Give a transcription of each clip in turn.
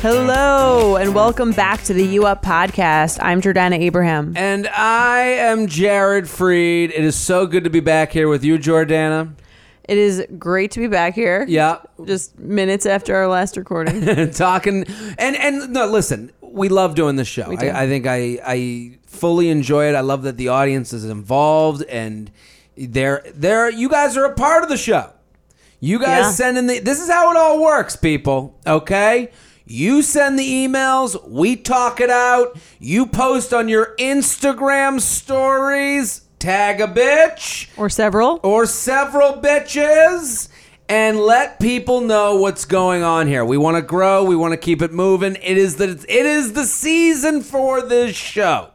Hello and welcome back to the U Up podcast. I'm Jordana Abraham. And I am Jared Freed. It is so good to be back here with you, Jordana. It is great to be back here. Yeah, Just minutes after our last recording. talking and and no, listen, we love doing this show. I, I think I I fully enjoy it. I love that the audience is involved and they're they're you guys are a part of the show. You guys Yeah. send in the this is how it all works, people. Okay? You send the emails, we talk it out, you post on your Instagram stories, tag a bitch. or several. or several bitches and let people know what's going on here. We want to grow, we want to keep it moving. It is the it is the season for this show.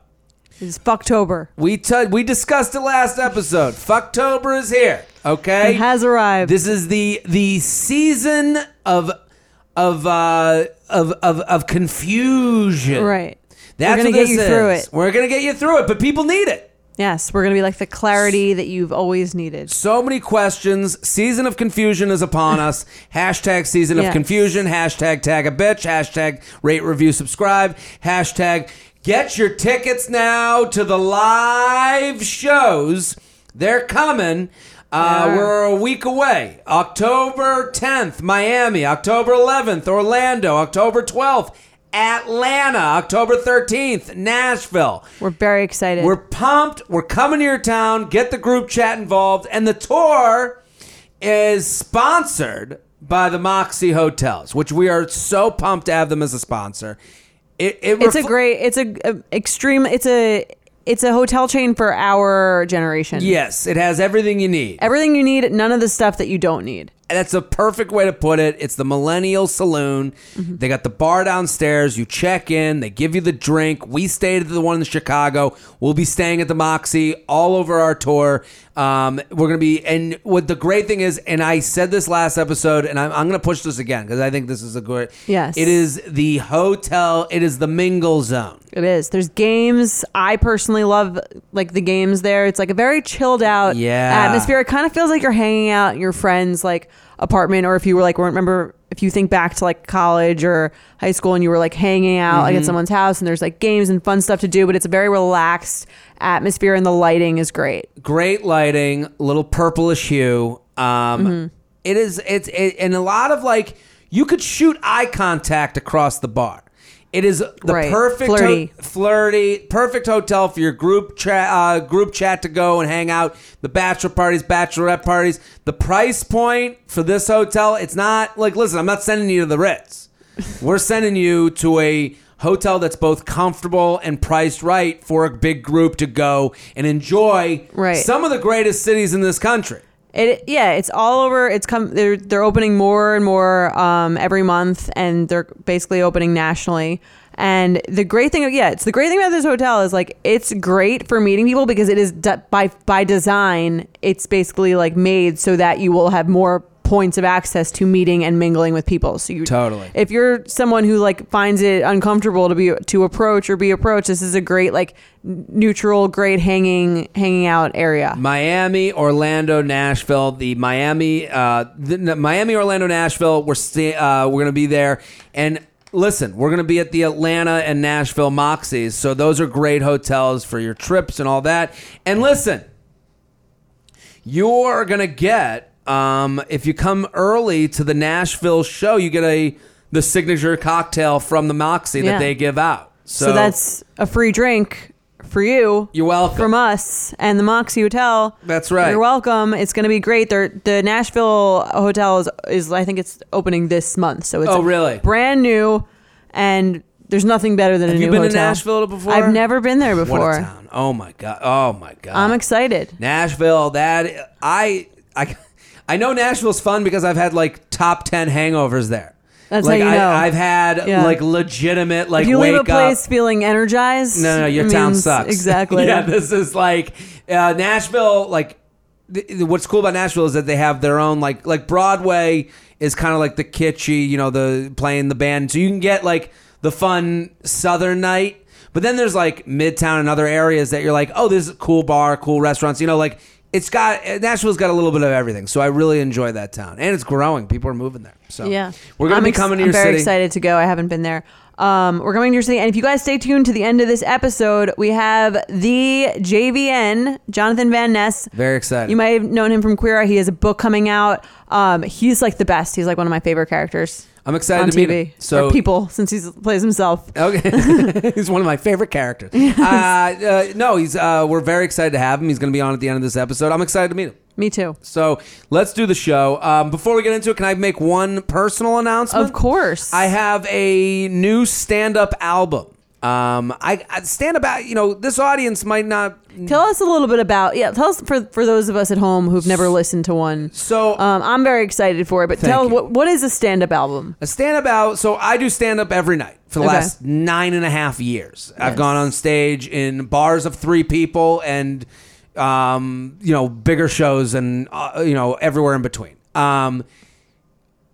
It's Fucktober. We t- we discussed it last episode. Fucktober is here, okay? It has arrived. This is the the season of of uh of of, of confusion. Right. That's We're gonna what get this you through is. it. We're going to get you through it, but people need it. Yes, we're going to be like the clarity that you've always needed. So many questions. Season of confusion is upon us. Hashtag season of Yes. confusion. Hashtag tag a bitch. Hashtag rate, review, subscribe. Hashtag get your tickets now to the live shows. They're coming. Uh, They are. We're a week away. October 10th, Miami. October 11th, Orlando. October 12th, Atlanta. October 13th, Nashville. We're very excited. We're pumped. We're coming to your town. Get the group chat involved. And the tour is sponsored by the Moxie Hotels, which we are so pumped to have them as a sponsor. It, it it's a refl- great, it's a, a extreme, it's a, it's a hotel chain for our generation. Yes, it has everything you need. Everything you need, none of the stuff that you don't need. That's a perfect way to put it. It's the Millennial Saloon. They got the bar downstairs. You check in, they give you the drink. We stayed at the one in Chicago. We'll be staying at the Moxie all over our tour. Um, we're going to be, and what the great thing is, and I said this last episode, and I'm, I'm going to push this again because I think this is a good. Yes. It is the hotel, it is the mingle zone. It is. There's games. I personally love like the games there. It's like a very chilled out Yeah. atmosphere. It kind of feels like you're hanging out in your friend's like apartment, or if you were like, remember if you think back to like college or high school and you were like hanging out like at someone's house and there's like games and fun stuff to do, but it's a very relaxed atmosphere and the lighting is great. great lighting, little purplish hue. Um, Mm-hmm. it is it's it, and a lot of like you could shoot eye contact across the bar. It is the Right. perfect Flirty. flirty, perfect hotel for your group chat, uh, group chat to go and hang out. The bachelor parties, bachelorette parties. The price point for this hotel, it's not like listen, I'm not sending you to the Ritz. We're sending you to a hotel that's both comfortable and priced right for a big group to go and enjoy Right. some of the greatest cities in this country. It yeah, it's all over. It's come. They're they're opening more and more um, every month, and they're basically opening nationally. And the great thing, yeah, it's the great thing about this hotel is like it's great for meeting people because it is de- by by design. It's basically like made so that you will have more points of access to meeting and mingling with people. So you Totally. if you're someone who like finds it uncomfortable to be to approach or be approached, this is a great like n- neutral, great hanging hanging out area. Miami, Orlando, Nashville. The Miami, uh, the, no, Miami, Orlando, Nashville. We're sta- uh, we're gonna be there, and listen, we're gonna be at the Atlanta and Nashville Moxies. So those are great hotels for your trips and all that. And listen, you're gonna get um, if you come early to the Nashville show, you get a the signature cocktail from the Moxie Yeah. that they give out. So, So, that's a free drink for you. You're welcome. From us and the Moxie Hotel. That's right. You're welcome. It's going to be great. They're, the Nashville hotel is, is, I think it's opening this month. So it's Oh, really? brand new and there's nothing better than a you new been to hotel. Nashville before? I've never been there what a before. town! Oh my god! Oh my god! I'm excited. Nashville. That I I I know Nashville's fun because I've had like top ten hangovers there. That's how like you know. I, I've had Yeah. like legitimate like If you wake leave a place up. feeling energized, No, no, no, your it town means- sucks. Exactly. yeah, this is like uh, Nashville. Like, th- th- what's cool about Nashville is that they have their own like like Broadway is kind of like the kitschy, you know, the playing the band, so you can get like the fun Southern night. But then there's like Midtown and other areas that you're like, oh, this is a cool bar, cool restaurants. You know, like it's got Nashville's got a little bit of everything. So I really enjoy that town, and it's growing. People are moving there. So Yeah, we're gonna I'm be ex- coming to I'm your very city. excited to go. I haven't been there. Um, we're coming to your city, and if you guys stay tuned to the end of this episode, we have the JVN Jonathan Van Ness. Very excited. You might have known him from Queer. Eye. He has a book coming out. Um, he's like the best. He's like one of my favorite characters I'm on excited to TV. meet him. So or people, since he plays himself. Okay, he's one of my favorite characters. Uh, uh, no, he's. Uh, we're very excited to have him. He's going to be on at the end of this episode. I'm excited to meet him. Me too. So let's do the show. Um, before we get into it, can I make one personal announcement? Of course. I have a new stand-up album. Um, I, I stand about. You know, this audience might not. Tell us a little bit about yeah. Tell us for for those of us at home who've never listened to one. So Um, I'm very excited for it. But Thank tell you. what what is a stand up album? A stand up out. So I do stand up every night for the Okay. last nine and a half years. I've Yes. gone on stage in bars of three people and, um, you know, bigger shows and, uh, you know, everywhere in between. Um,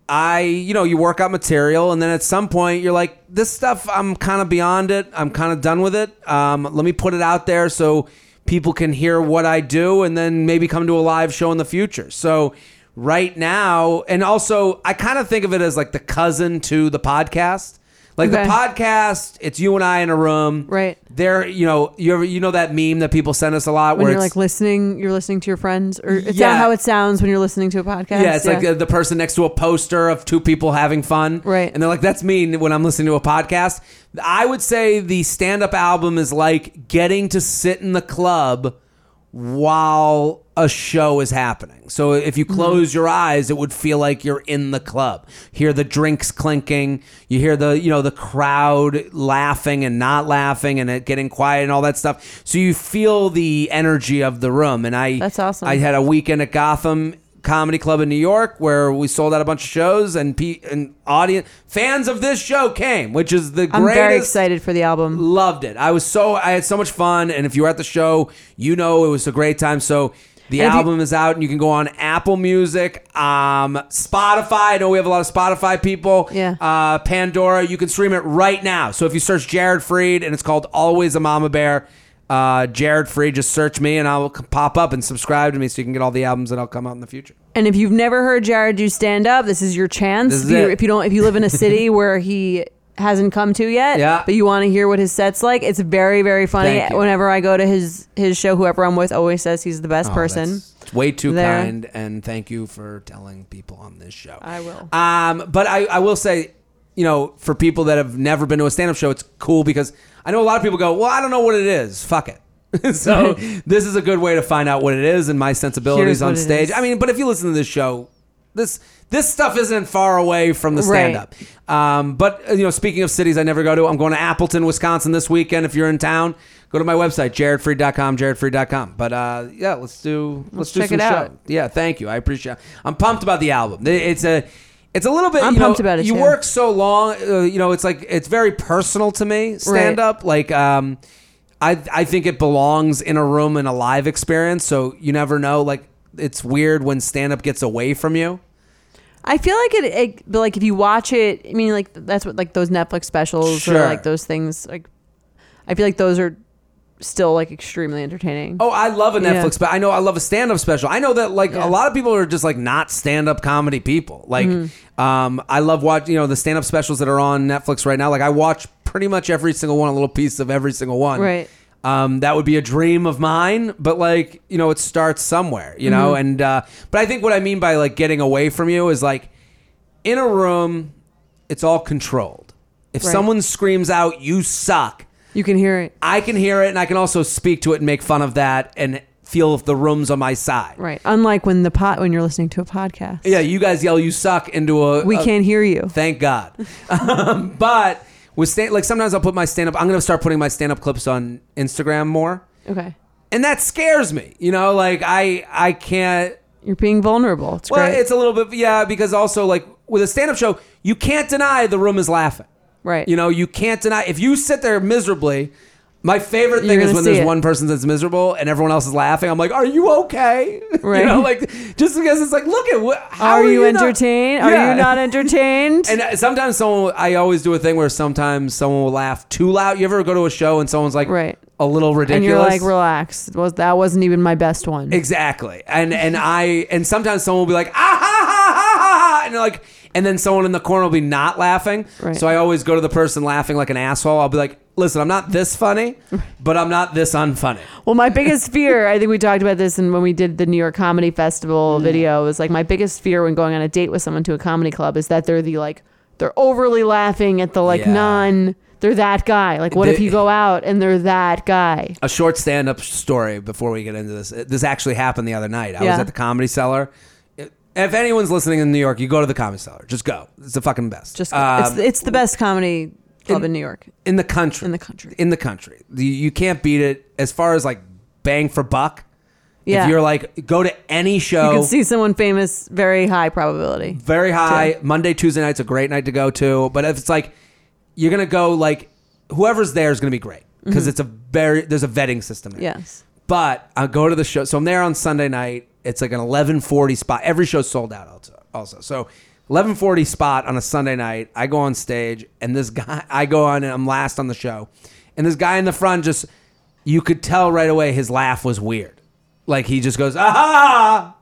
I, you know, you work out material and then at some point you're like, this stuff, I'm kind of beyond it. I'm kind of done with it. Um, let me put it out there so people can hear what I do and then maybe come to a live show in the future. So, right now, and also, I kind of think of it as like the cousin to the podcast. Like Okay. the podcast, it's you and I in a room. Right. There, you know, you ever, you know that meme that people send us a lot when where you're like it's listening, you're listening to your friends, or it's Yeah. not how it sounds when you're listening to a podcast. Yeah, it's like the, the person next to a poster of two people having fun. Right. And they're like, that's me when I'm listening to a podcast. I would say the stand up album is like getting to sit in the club while a show is happening. So if Mm-hmm. you close your eyes, it would feel like you're in the club. Hear the drinks clinking, you hear the, you know, the crowd laughing and not laughing and it getting quiet and all that stuff. So you feel the energy of the room and I That's awesome. I had a weekend at Gotham Comedy Club in New York where we sold out a bunch of shows and pe- and audience fans of this show came, which is the I'm greatest. very excited for the album. Loved it. I was so I had so much fun, and if you were at the show, you know it was a great time. So. The And if you- album is out, and you can go on Apple Music, um, Spotify. I know we have a lot of Spotify people. Yeah. Uh, Pandora. You can stream it right now. So if you search Jared Freed, and it's called Always a Mama Bear, uh, Jared Freed, just search me, and I'll c- pop up and subscribe to me so you can get all the albums that'll come out in the future. And if you've never heard Jared do stand up, this is your chance. This is if, you, it. if you don't, if you live in a city where he hasn't come to yet, Yeah. but you want to hear what his set's like, it's very very funny. Thank you. Whenever I go to his his show, whoever I'm with always says he's the best Oh, person. that's- it's way too there. kind, and thank you for telling people on this show. I will. Um, but I, I will say, you know, for people that have never been to a stand-up show, it's cool because I know a lot of people go, "Well, I don't know what it is. Fuck it." so this is a good way to find out what it is and my sensibilities Here's on what it stage. is. I mean, but if you listen to this show, this this stuff isn't far away from the Right. stand-up. Um, but uh, you know, speaking of cities I never go to, I'm going to Appleton, Wisconsin this weekend. If you're in town, go to my website jaredfree.com, jaredfree.com. But uh, yeah, let's do let's, do check some it out. show. Yeah, thank you. I appreciate. I'm pumped about the album. It's a it's a little bit. I'm you know, pumped about it, You too. work so long. Uh, you know, it's like it's very personal to me. Stand Right. up, like um, I I think it belongs in a room in a live experience. So you never know. Like it's weird when stand up gets away from you. I feel like it, it, but like if you watch it, I mean, like that's what like those Netflix specials Sure. or like those things. Like, I feel like those are still like extremely entertaining. Oh, I love a Yeah. Netflix, but I know I love a stand-up special. I know that like Yeah. a lot of people are just like not stand-up comedy people. Like, Mm-hmm. um, I love watch you know the stand-up specials that are on Netflix right now. Like, I watch pretty much every single one, a little piece of every single one. Right. Um, that would be a dream of mine, but like you know, it starts somewhere, you know. Mm-hmm. And uh, but I think what I mean by like getting away from you is like in a room, it's all controlled. If Right. someone screams out, "You suck," You can hear it. I can hear it and I can also speak to it and make fun of that and feel if the room's on my side. Right. Unlike when the pot when you're listening to a podcast. Yeah, you guys yell you suck into a We a- can't hear you. Thank God. um, but with stand like sometimes I'll put my stand up I'm gonna start putting my stand up clips on Instagram more. Okay. And that scares me. You know, like I I can't You're being vulnerable. It's Well, great. it's a little bit, yeah, because also like with a stand-up show, you can't deny the room is laughing. right. You know, you can't deny if you sit there miserably. My favorite thing You're is gonna when see there's it. one person that's miserable and everyone else is laughing. I'm like, "Are you okay?" Right. You know, like just because it's like, look at what. How are, you not- entertained? Are Yeah. you not entertained? And uh, sometimes someone, I always do a thing where sometimes someone will laugh too loud. You ever go to a show and someone's like, Right. a little ridiculous, And you're like, relax. It was that wasn't even my best one? Exactly. And and I and sometimes someone will be like ah ha ha ha ha ha and you're like and then someone in the corner will be not laughing. Right. So I always go to the person laughing like an asshole. I'll be like, "Listen, I'm not this funny, but I'm not this unfunny." Well, my biggest fear, I think we talked about this and when we did the New York Comedy Mm. Festival video, is like my biggest fear when going on a date with someone to a comedy club is that they're the like they're overly laughing at the like Yeah. non they're that guy. Like what if They- you go out and they're that guy? A short stand-up story before we get into this. Uh, This actually happened the other night. I was Yeah. at the Comedy Cellar. If anyone's listening in New York, you go to the Comedy Cellar. Just go. It's the fucking best. Just Um, it's, it's the best comedy club in, New York. in the country. In the country. In the country. You, you can't beat it as far as like bang for buck. Yeah. If you're like go to any You show, can see someone famous, very high probability. very high. Monday, Tuesday night's a great night to go to. But if it's like you're gonna go like whoever's there is gonna be great because Mm-hmm. it's a very there's a vetting system. There. Yes. But I'll go to the show. So I'm there on Sunday night. It's like an 11:40 spot. Every show's sold out also. Also, so 11:40 spot on a Sunday night. I go on stage and this guy. I go on and I'm last on the show, and this guy in the front just you could tell right away his laugh was weird. Like he just goes ah,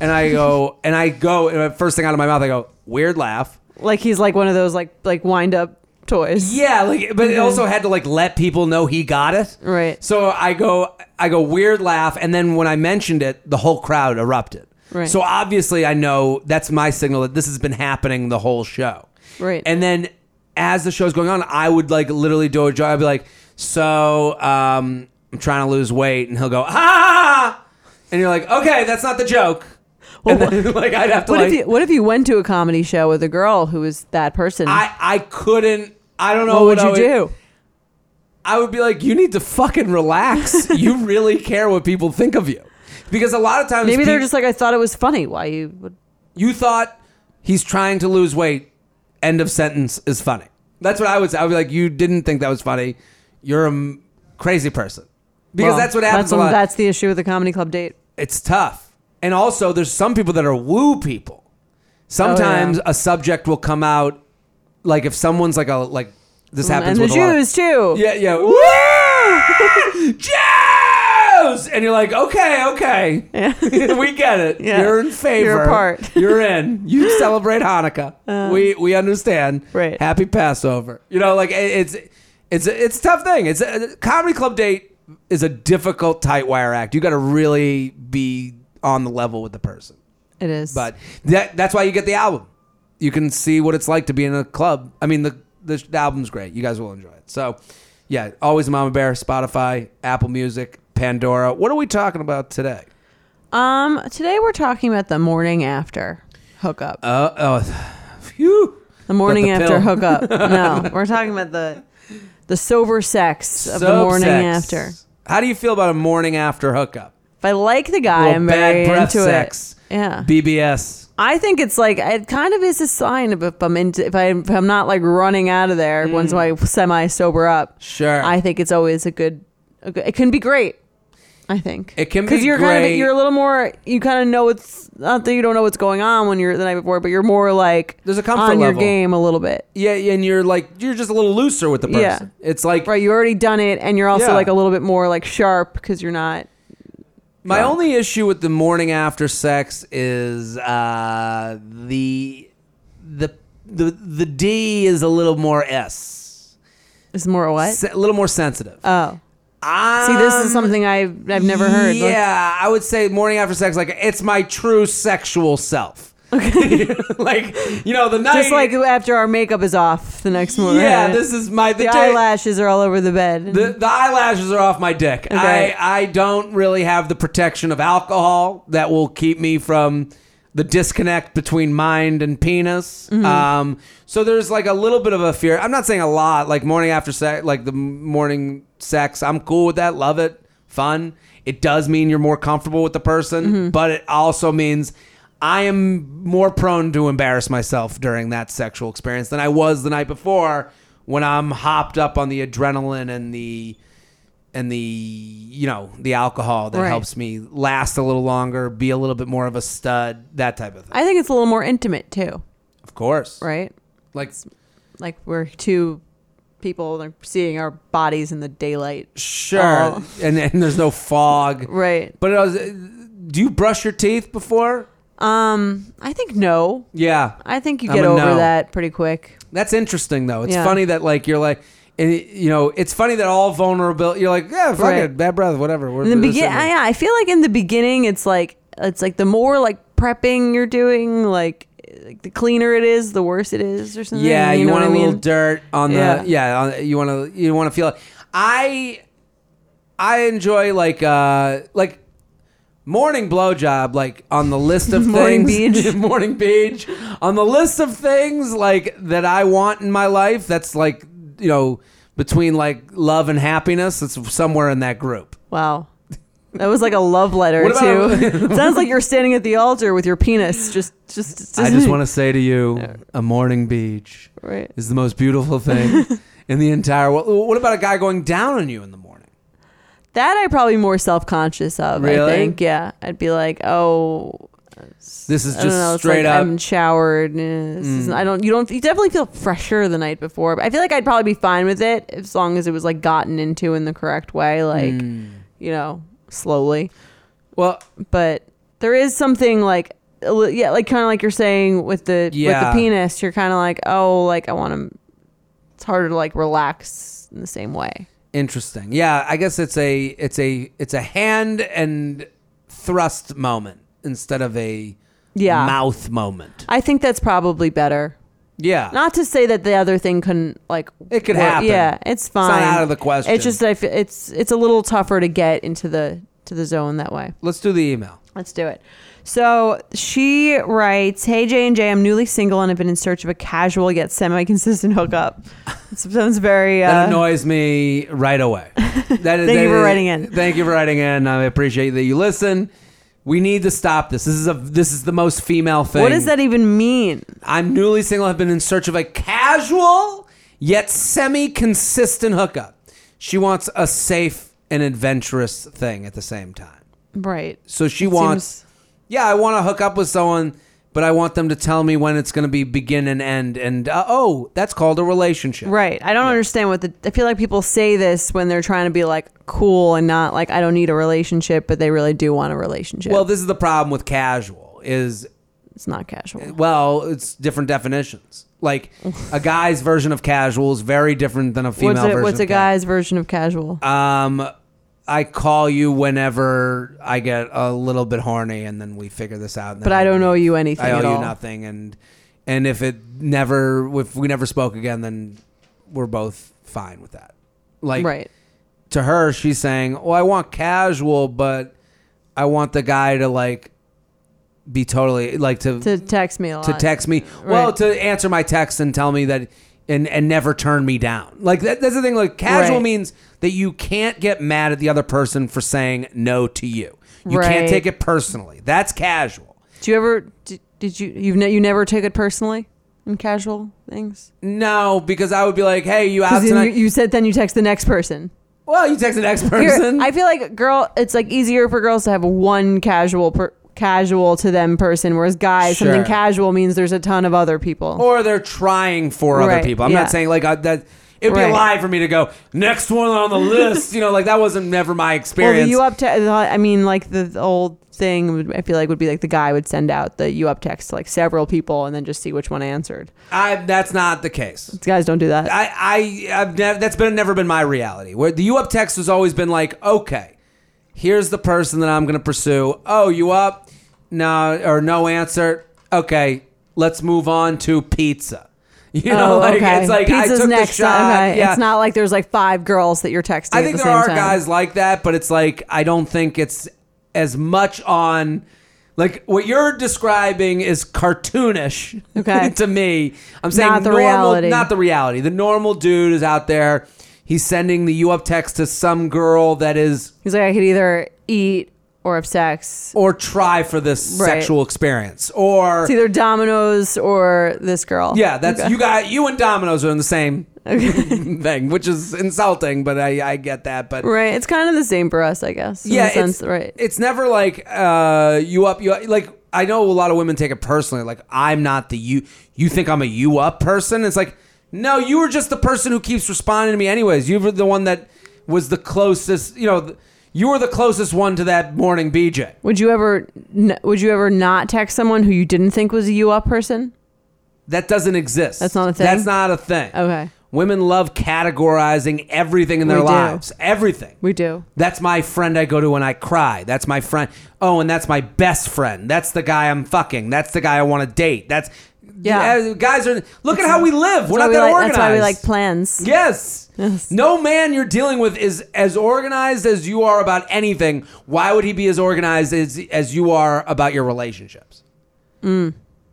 and I go and I go and the first thing out of my mouth I go weird laugh. Like he's like one of those like like wind up toys. Yeah, like but it also had to like let people know he got it. Right. So I go I go weird laugh and then when I mentioned it, the whole crowd erupted. Right. So obviously I know that's my signal that this has been happening the whole show. Right. And then as the show's going on, I would like literally do a joke. I'd be like, "So, um, I'm trying to lose weight." And he'll go, "Ah!" And you're like, "Okay, that's not the joke." and then, like I'd have to What like if you what if you went to a comedy show with a girl who was that person? I I couldn't I don't know what what, would I you do? I would be like, you need to fucking relax. you really care what people think of you. Because a lot of times Maybe they're peop- just like I thought it was funny. Why you would you thought he's trying to lose weight, end of sentence is funny. That's what I would say. I would be like, you didn't think that was funny. You're a m- crazy person. Because Well, that's what happens That's, a what- lot. that's the issue with the comedy club date. it's tough. And also, there's some people that are woo people. Oh, Sometimes a subject will come out, like if someone's like a like this and happens the with a lot of- Jews too. Yeah, yeah. Woo! Jews! And you're like, okay, okay. we get it. Yeah. You're in favor. You're a part. Uh-huh. You're in. You celebrate Hanukkah. we we understand. Right. Happy Passover. You know, like it- it's it's it's a tough thing. It's a comedy club date is a difficult tight wire act. You got to really be on the level with the person. It is. But that that's why you get the album. You can see what it's like to be in a club. I mean, the the, the album's great. You guys will enjoy it. So, yeah, always Mama Bear, Spotify, Apple Music, Pandora. What are we talking about today? um, today we're talking about the morning after hookup. Uh, oh, phew. the morning the after pill. hookup. No, we're talking about the the sober sex of the morning Subsex. after. How do you feel about a morning after hookup? If I like the guy, Little I'm bad very breath into sex. it. Yeah. BBS. I think it's like it kind of is a sign of if I'm into, if, I, if I'm not like running out of there once I semi sober up. Mm. Sure. I think it's always a good, a good. It can be great. I think It can be you're kind of great. you're a little more. You kind of know it's not that you don't know what's going on when you're the night before, but you're more like There's a comfort on your level. game a little bit. Yeah, and you're like you're just a little looser with the person. Yeah. It's like Right, you already done it, and you're also Yeah. like a little bit more like sharp because you're not. My only issue with the morning after sex is uh, the the the the D is a little more S, It's more what? Se- a little more sensitive. oh, I see, this is something I've I've never heard. Like, Um, Yeah, I would say morning after sex, like it's my true sexual self. Okay, like you know the night. just like after our makeup is off the next morning. yeah, this is my the, the day- eyelashes are all over the bed. The, the eyelashes are off my dick. Okay. I, I don't really have the protection of alcohol that will keep me from the disconnect between mind and penis. Um, so there's like a little bit of a fear. I'm not saying a lot, like morning after sex, like the morning sex. I'm cool with that. Love it. Fun. It does mean you're more comfortable with the person, but it also means I am more prone to embarrass myself during that sexual experience than I was the night before when I'm hopped up on the adrenaline and the and the you know the alcohol that Right. helps me last a little longer, be a little bit more of a stud, that type of thing. I think it's a little more intimate too, Of course, right? Like Like we're two people they're seeing our bodies in the daylight. sure, Oh. and and there's no fog, Right. But it was, do you brush your teeth before? Um, I think no. Yeah, I think you I'm get a over no. that pretty quick. that's interesting though. It's Yeah. funny that like you're like, and it- you know, it's funny that all vulnerability. You're like, yeah, fuck Right. it, bad breath, whatever. We're, In the we're begin, sitting here. yeah, I feel like in the beginning, it's like it's like the more like prepping you're doing, like, like the cleaner it is, the worse it is, or something. Yeah, you, Mm, know want what a I mean? little dirt on Yeah. the yeah. On, you want to you want to feel. It. I I enjoy like uh like morning blowjob like on the list of Morning things beach. morning beach on the list of things like that I want in my life. That's like you know between like love and happiness. It's somewhere in that group. Wow. That was like a love letter What about- too. Sounds like you're standing at the altar with your penis, just, just. I just want to say to you, a morning beach to. Right. is the most beautiful thing in the entire world. What about a guy going down on you in the morning? That I probably more self conscious of. Really? I think. Yeah. I'd be like, oh. This is I don't just know. It's straight like up. Mm. I'm showered. eh, this isn't- I don't. You don't. You definitely feel fresher the night before. But I feel like I'd probably be fine with it as long as it was like gotten into in the correct way, like Mm. you know, slowly. Hmm. well, But there is something like a li- yeah, like kind of like you're saying with the Yeah. with the penis. You're kind of like oh, like I want to. It's harder to like relax in the same way. interesting. Yeah, I guess it's a it's a it's a hand and thrust moment instead of a Yeah. mouth moment. I think that's probably better. Yeah. Not to say that the other thing couldn't like It could work. happen. Yeah, it's not fine. out of the question. It's just that I feel it's it's a little tougher to get into the to the zone that way. Let's do the email. Let's do it. So she writes, "Hey J and J, I'm newly single and have been in search of a casual yet semi-consistent hookup. It sounds very That uh, annoys me right away. That, thank you for writing in. Thank you for writing in. I appreciate that you listen. We need to stop this. This is a this is the most female thing. what does that even mean? I'm newly single. I've been in search of a casual yet semi-consistent hookup. She wants a safe and adventurous thing at the same time. Right? So she It wants, seems- yeah, I want to hook up with someone, but I want them to tell me when it's going to be begin and end. And uh, oh, that's called a relationship. Right. I don't understand what the. I feel like people say this when they're trying to be like cool and not like I don't need a relationship, but they really do want a relationship. Well, this is the problem with casual is it's not casual. well, it's different definitions. Like a guy's version of casual is very different than a female what's a, version. what's a of casual. guy's version of casual? Um, I call you whenever I get a little bit horny, and then we figure this out. and then but I don't know you anything I owe at you all. nothing, and and if it never, if we never spoke again, then we're both fine with that. Like right. to her, she's saying, "Well, I want casual, but I want the guy to like be totally like to to, To text me a lot. text me, well, Right. to answer my text and tell me that." And, and never turn me down. Like that, that's the thing. Like casual Right. means that you can't get mad at the other person for saying no to you. You can't Right. take it personally. That's casual. Do you ever? Did, did you? You've ne- you never took it personally in casual things. No, because I would be like, "Hey, you out Because you, tonight?" you said then you text the next person. well, you text the next Here, person. I feel like girl. It's like easier for girls to have one casual per, casual to them person, whereas guys Sure. something casual means there's a ton of other people. or they're trying for other Right, people. I'm yeah. not saying like I, that. It'd be a Right. lie for me to go next one on the list. You know, like that wasn't never my well, the experience. you up te- I mean, like the, the old thing. Would, I feel like would be like the guy would send out the you up text to like several people and then just see which one answered. I, that's not the case. These guys don't do that. I, I I've nev- that's been never been my reality. Where the you up text has always been like, okay, here's the person that I'm gonna pursue. Oh, you up? No, or no answer. Okay, let's move on to pizza. You know, oh, like okay. it's like I Pizza's took next. the shot. Okay. Yeah. It's not like there's like five girls that you're texting. I at think the there same are time. guys like that, but it's like I don't think it's as much on like what you're describing is cartoonish Okay. to me. I'm saying Not the normal, reality. not the reality. The normal dude is out there. He's sending the you up text to some girl that is He's like, I could either eat or have sex. or try for this Right. sexual experience or It's either Domino's or this girl. yeah that's you got you and domino's are in the same thing which is insulting but i i get that but Right. It's kind of the same for us, I guess. in the yeah sense- it's, right. it's never like uh you up you up, like i know a lot of women take it personally like i'm not the you you think i'm a you up person it's like no you were just the person who keeps responding to me anyways you were the one that was the closest you know th- you were the closest one to that morning bj Would you ever n- would you ever not text someone who you didn't think was a you up person? That doesn't exist. That's not a thing? That's not a thing. Okay. Women love categorizing everything in their We do. lives. Everything. We do. That's my friend I go to when I cry. That's my friend. Oh, and that's my best friend. That's the guy I'm fucking. That's the guy I want to date. That's Yeah. Uh, guys are look at how we live. We're That's why not we that like, organized. That's why we like plans. Yes. Yes. No man you're dealing with is as organized as you are about anything. Why would he be as organized as as you are about your relationships?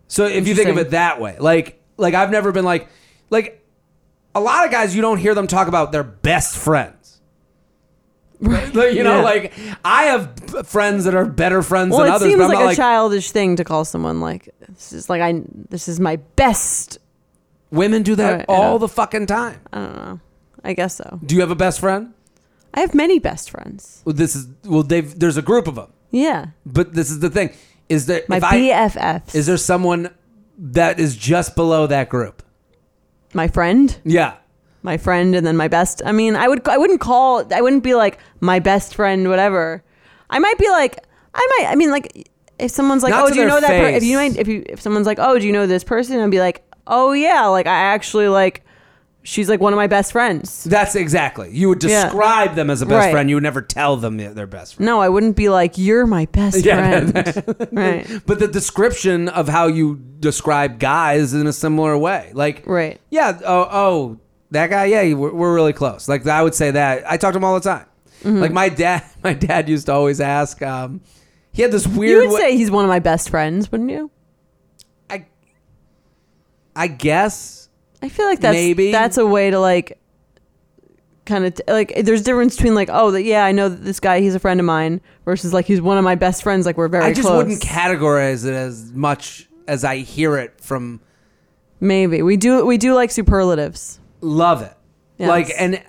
So if you think of Mm. Interesting. it that way, like like I've never been like like a lot of guys you don't hear them talk about their best friends. Right. you know, Yeah. like I have friends that are better friends Well, than it others, seems but I'm like not a like childish thing to call someone like this is like I this is my best. women do that Right, yeah. Uh. all the fucking time. I don't know. I guess so. Do you have a best friend? I have many best friends. Well, This is well, they've there's a group of them. Yeah, But this is the thing: is there my if I- BFFs. is there someone that is just below that group? my friend, Yeah, my friend, and then my best. I mean, I would I wouldn't call I wouldn't be like my best friend, whatever. I might be like I might I mean like if someone's like Not oh to do you their know that per-? if you face. might if you if someone's like oh do you know this person I'd be like oh yeah like I actually like she's like one of my best friends. that's exactly. You would Yeah. describe them as a best Right. friend. You would never tell them they're their best friend. No, I wouldn't be like you're my best Yeah. friend. right. But the description of how you describe guys in a similar way, like Right. yeah, oh, oh, that guy, yeah, we're, we're really close. Like I would say that I talk to him all the time. Mm-hmm. Like my dad, my dad used to always ask. Um, he had this You weird. would wa- say he's one of my best friends, wouldn't you? I, I guess I feel like that's Maybe. that's a way to like kind of like there's difference between like oh that yeah I know that this guy he's a friend of mine versus like he's one of my best friends like we're very I just close. wouldn't categorize it as much as I hear it from Maybe we do we do like superlatives. love it Yes. like and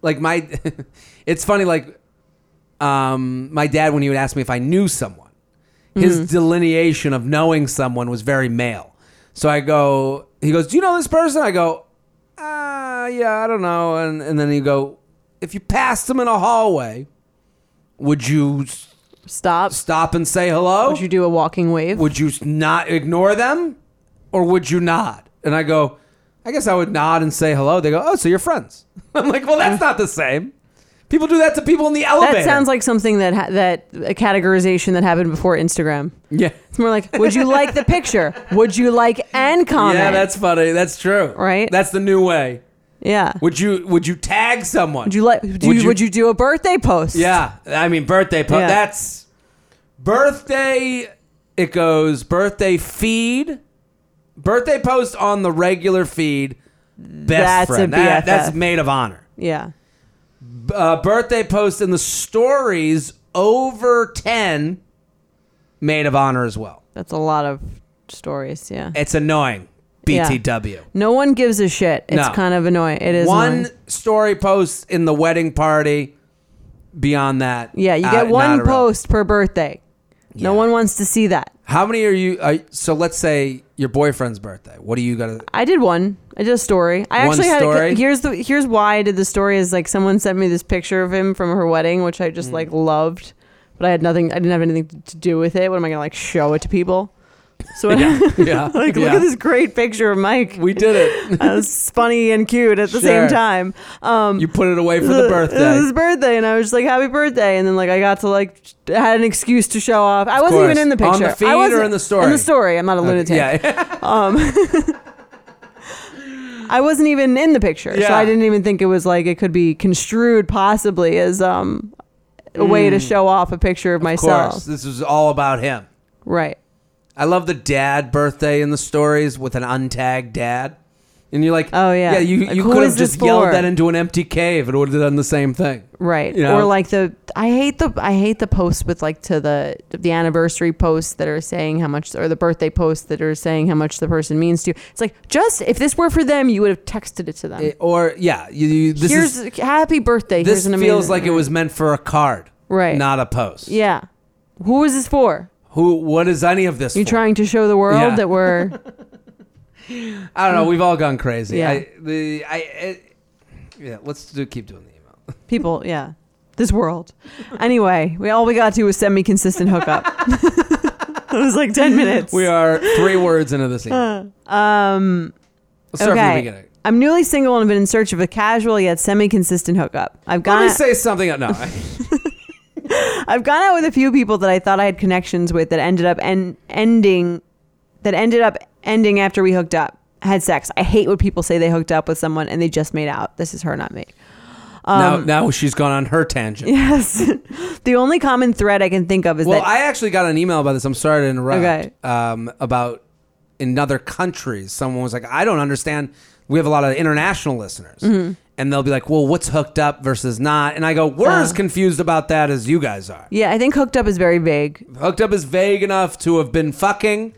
like my it's funny like um my dad when he would ask me if i knew someone his Hmm. delineation of knowing someone was very male so i go he goes do you know this person i go uh yeah i don't know and and then he go if you passed him in a hallway would you s- Stop. stop and say hello Would you do a walking wave? would you not ignore them or would you nod? And I go, I guess I would nod and say hello. They go, oh, so you're friends. I'm like, well, that's not the same. People do that to people in the elevator. that sounds like something that ha- that a categorization that happened before Instagram. yeah. It's more like would you like the picture? Would you like and comment? Yeah, that's funny. That's true. Right? That's the new way. yeah. Would you would you tag someone? Would you like? Do Would you, you- would you do a birthday post? Yeah, I mean birthday. Po- Yeah. That's birthday. It goes birthday feed, birthday post on the regular feed. Best That's a friend. That- BFF. that's maid of honor. yeah. uh, birthday post in the stories over 10 maid of honor as well That's a lot of stories. Yeah. it's annoying Yeah. btw No one gives a shit. It's No. kind of annoying. It is one annoying. story post in the wedding party beyond that Yeah, you uh, get not one irrelevant. post per birthday. No Yeah. one wants to see that. how many are you are, so let's say your boyfriend's birthday what do you gotta I did one. I did a story. I One actually had story? A, here's the here's why I did the story is like someone sent me this picture of him from her wedding, which I Mm. just like loved, but I had nothing. I didn't have anything to do with it. What am I gonna like show it to people? So yeah like look yeah. at this great picture of Mike. we did it That was funny and cute at the same Sure. time. Um, you put it away for the It was birthday his birthday, and I was just like, "Happy birthday!" And then like I got to like I had an excuse to show off. I wasn't course. even in the On picture. the feed I or wasn't- in the story? In the story, I'm not a lunatic. yeah I wasn't even in the picture, so Yeah. I didn't even think it was like it could be construed possibly as um a way to show off a picture of, Mm. of myself. course this is all about him Right. I love the dad birthday in the stories with an untagged dad. And you're like, Oh, yeah. yeah. You Like, you who could is have this just yelled for? that into an empty cave. It would have done the same thing. Right. You know? Or like the I hate the I hate the posts with like to the the anniversary posts that are saying how much or the birthday posts that are saying how much the person means to you. It's like just if this were for them, you would have texted it to them. It- or yeah, you, you this here's is happy birthday. this here's an feels amazing- like it was meant for a card, Right. Not a post. Yeah. Who was this for? Who? What is any of this? You for? trying to show the world Yeah. that we're I don't know. We've all gone crazy. Mm. Yeah. I, the I it, yeah. Let's do, keep doing the email. people? Yeah. This world. Anyway, we all we got to was semi consistent hookup. it was like ten minutes. We are three words into this email. um. Let's start from the beginning. I'm newly single and have been in search of a casual yet semi-consistent hookup. I've Let gone me say something. No, Um, I- I've gone out with a few people that I thought I had connections with that ended up en- ending that ended up ending after we hooked up, had sex. I hate when people say they hooked up with someone and they just made out. This is her, not me. now now she's gone on her tangent. Yes. the only common thread I can think of is Well, that I actually got an email about this. I'm sorry to interrupt. Okay. Um, about in other countries, someone was like, "I don't understand." We have a lot of international listeners, Mm-hmm. and they'll be like, "Well, what's hooked up versus not?" And I go, "We're as confused about that as you guys are." yeah, I think hooked up is very vague. Hooked up is vague enough to have been fucking,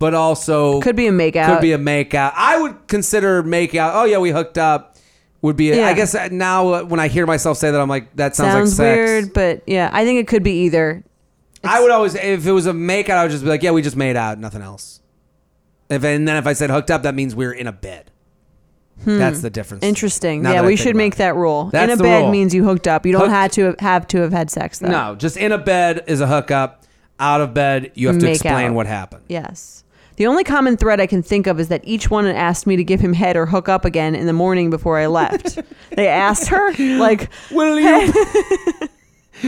but also Could be a makeout. could be a make out. I would consider make out. Oh yeah, we hooked up. Would be. Yeah. I guess uh, now uh, when I hear myself say that, I'm like, that sounds, sounds like sex. weird, but yeah, I think it could be either. I would always, if it was a make out, I would just be like, yeah, we just made out, nothing else. If, and then if I said hooked up, that means we were in a bed. That's the difference. Hmm. Interesting. Now yeah, that I we think should about make it. that rule. That's in a the bed rule. means you hooked up. You don't Hooked- have to have to have had sex though. No, just in a bed is a hookup. Out of bed, you have to Make explain out. what happened. Yes. The only common thread I can think of is that each one asked me to give him head or hook up again in the morning before I left. they asked her, like, Will you? do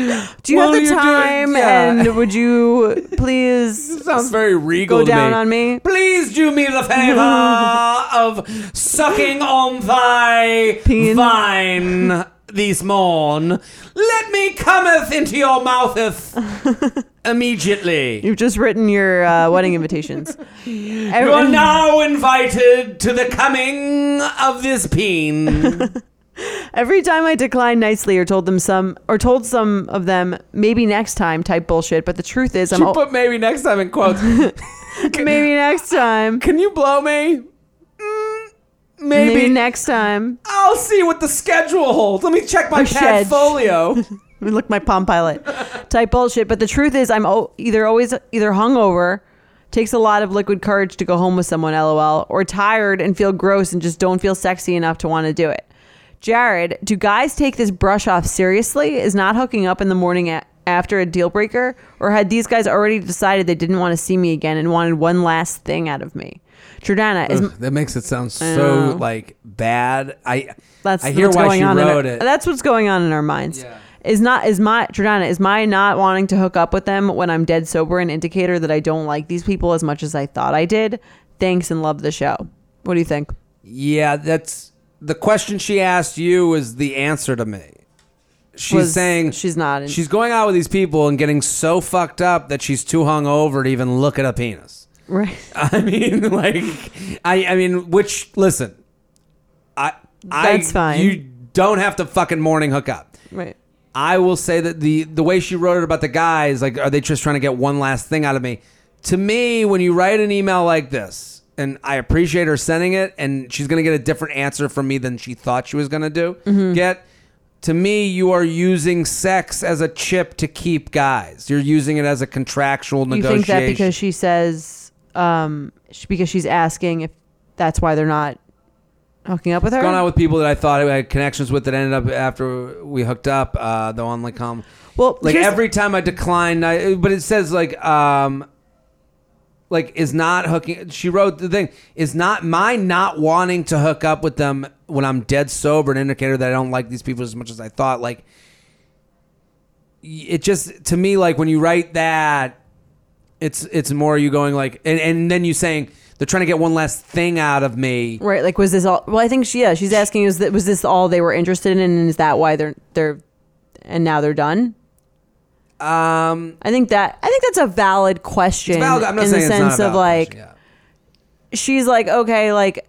you Well, have you the do- time? yeah. And would you please sounds very regal. go to down me. on me? Please do me the favor of sucking on thy Peen. vine this morn. Let me cometh into your moutheth immediately. You've just written your uh, wedding invitations. Every- You are now invited to the coming of this peen. Every time I declined nicely or told them some, or told some of them, maybe next time type bullshit. But the truth is, I'm She al- put maybe next time in quotes. maybe next time. Can you blow me? Mm, Maybe, maybe. next time. I'll see what the schedule holds. Let me check my Or shed. portfolio. I mean, look my palm pilot type bullshit. But the truth is, I'm o- either always either hungover, takes a lot of liquid courage to go home with someone, lol, or tired and feel gross and just don't feel sexy enough to want to do it. Jared, do guys take this brush off seriously? Is not hooking up in the morning a- after a deal breaker, or had these guys already decided they didn't want to see me again and wanted one last thing out of me? Jordana, is Ugh, that makes it sound know. so like bad. I That's I hear what's why going she on in our- wrote it. That's what's going on in our minds. Yeah. Is not is my Jordana is my not wanting to hook up with them when I'm dead sober an indicator that I don't like these people as much as I thought I did. Thanks and love the show. What do you think? yeah, that's the question she asked you was the answer to me. She's Was- saying she's not in- she's going out with these people and getting so fucked up that she's too hungover to even look at a penis. Right. I mean, like, I I mean, which listen, I That's I, fine. You don't have to fucking morning hook up. Right. I will say that the the way she wrote it about the guys, like, are they just trying to get one last thing out of me? To me, when you write an email like this, and I appreciate her sending it, and she's gonna get a different answer from me than she thought she was gonna do. Mm-hmm. Get to me, you are using sex as a chip to keep guys. You're using it as a contractual You negotiation. think that because she says um sh because she's asking if that's why they're not hooking up with her? gone out with people that I thought I had connections with that ended up after we hooked up. Uh, the only com, well, like here's- every time I declined, I, but it says like, um, like is not hooking. She wrote the thing is not my not wanting to hook up with them when I'm dead sober, an indicator that I don't like these people as much as I thought. Like, y- it just to me like when you write that, it's it's more you going like, and and then you saying they're trying to get one last thing out of me. Right, like was this all? Well, I think she, yeah, she's asking is that was this all they were interested in, and is that why they're they're and now they're done? Um. I think that I think that's a valid question It's valid. I'm not in the saying it's not sense a of valid like question, yeah. she's like okay, like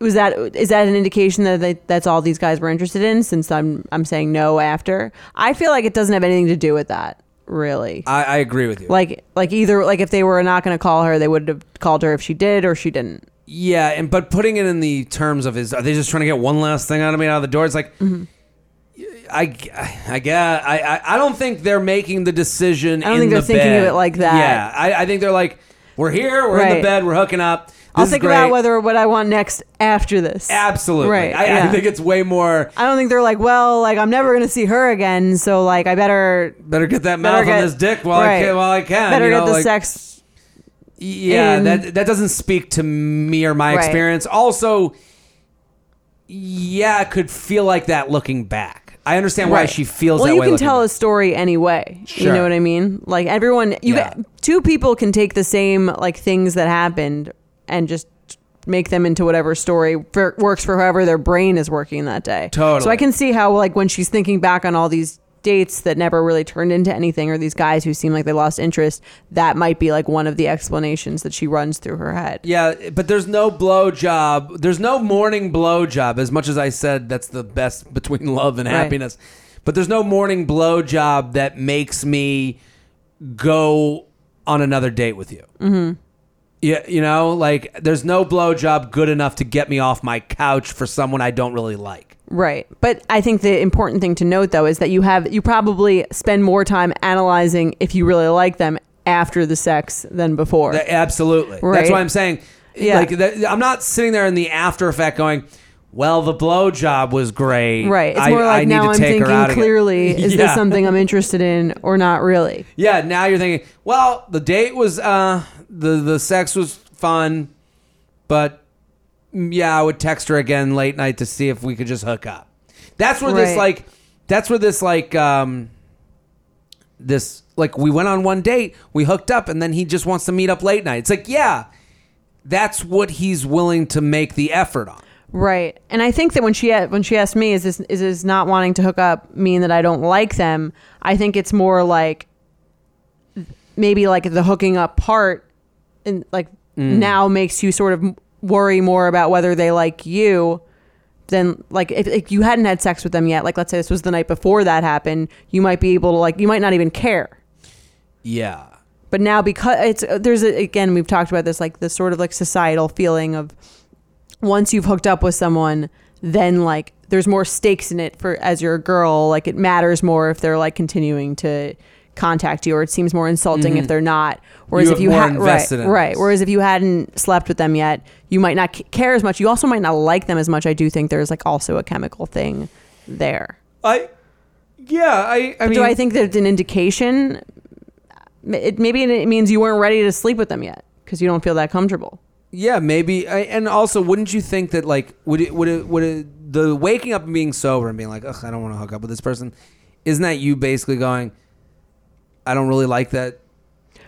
was that is that an indication that they, that's all these guys were interested in? Since I'm I'm saying no after, I feel like it doesn't have anything to do with that really. I, I agree with you. like like either like if they were not going to call her, they would have called her if she did or she didn't. yeah, and but putting it in the terms of his, are they just trying to get one last thing out of me out of the door? It's like. Mm-hmm. I, I guess I, I, I don't think they're making the decision. I don't in think they're the thinking of bed. it like that. Yeah, I, I think they're like, we're here, we're in the Right. bed, we're hooking up. This I'll is think great. about whether what I want next after this. Absolutely, Right, I, I yeah. think it's way more. I don't think they're like, well, like I'm never going to see her again, so like I better Better get that better mouth get on this dick while I right. can. While I can. Better you get know, the like- sex Yeah, in- that that doesn't speak to me or my Um, Right. experience. Also, yeah, I could feel like that looking back. I understand why Right. she feels well that you way. can looking tell back. a story anyway Sure. you know what i mean like everyone you Yeah. got- two people can take the same like things that happened and just make them into whatever story for, works for however their brain is working that day so Totally. i can see how like when she's thinking back on all these dates that never really turned into anything or these guys who seem like they lost interest that might be like one of the explanations that she runs through her head Yeah, but there's no blow job. There's no morning blow job. As much as I said that's the best between love and Right. happiness, but there's no morning blow job that makes me go on another date with you. Mm-hmm. Yeah, you know, like there's no blow job good enough to get me off my couch for someone I don't really like. Right. But I think the important thing to note though is that you have you probably spend more time analyzing if you really like them after the sex than before. Th- absolutely. That's Right. why I'm saying, Yeah. like, that, I'm not sitting there in the after effect going, "Well, the blow job was great." right. It's I- more I like need to now I'm take her out thinking again." clearly is Yeah. this something I'm interested in or not really? Yeah. Now you're thinking, well, the date was, uh, the the sex was fun, but mm, yeah, I would text her again late night to see if we could just hook up. That's where this Right. like, that's where this like, um, this like we went on one date, we hooked up, and then he just wants to meet up late night. It's like, yeah, that's what he's willing to make the effort on. Right. And I think that when she a- when she asked me is this is this not wanting to hook up mean that I don't like them? I think it's more like maybe like the hooking up part and like now makes you sort of worry more about whether they like you than like if, if you hadn't had sex with them yet like let's say this was the night before that happened you might be able to like you might not even care Yeah. but now because it's uh, there's a, again we've talked about this like the sort of like societal feeling of once you've hooked up with someone then like there's more stakes in it for as you're a girl like it matters more if they're like continuing to contact you or it seems more insulting if they're not whereas Mm-hmm. You if have you had more right, invested in right this. whereas if you hadn't slept with them yet you might not c- care as much you also might not like them as much i do think there's like also a chemical thing there I, yeah, I, I but mean, do I think that it's an indication? M- It, maybe it means you weren't ready to sleep with them yet because you don't feel that comfortable. Yeah, maybe. I, and also, wouldn't you think that like would it would it would it, the waking up and being sober and being like, ugh, I don't want to hook up with this person, isn't that you basically going, I don't really like that?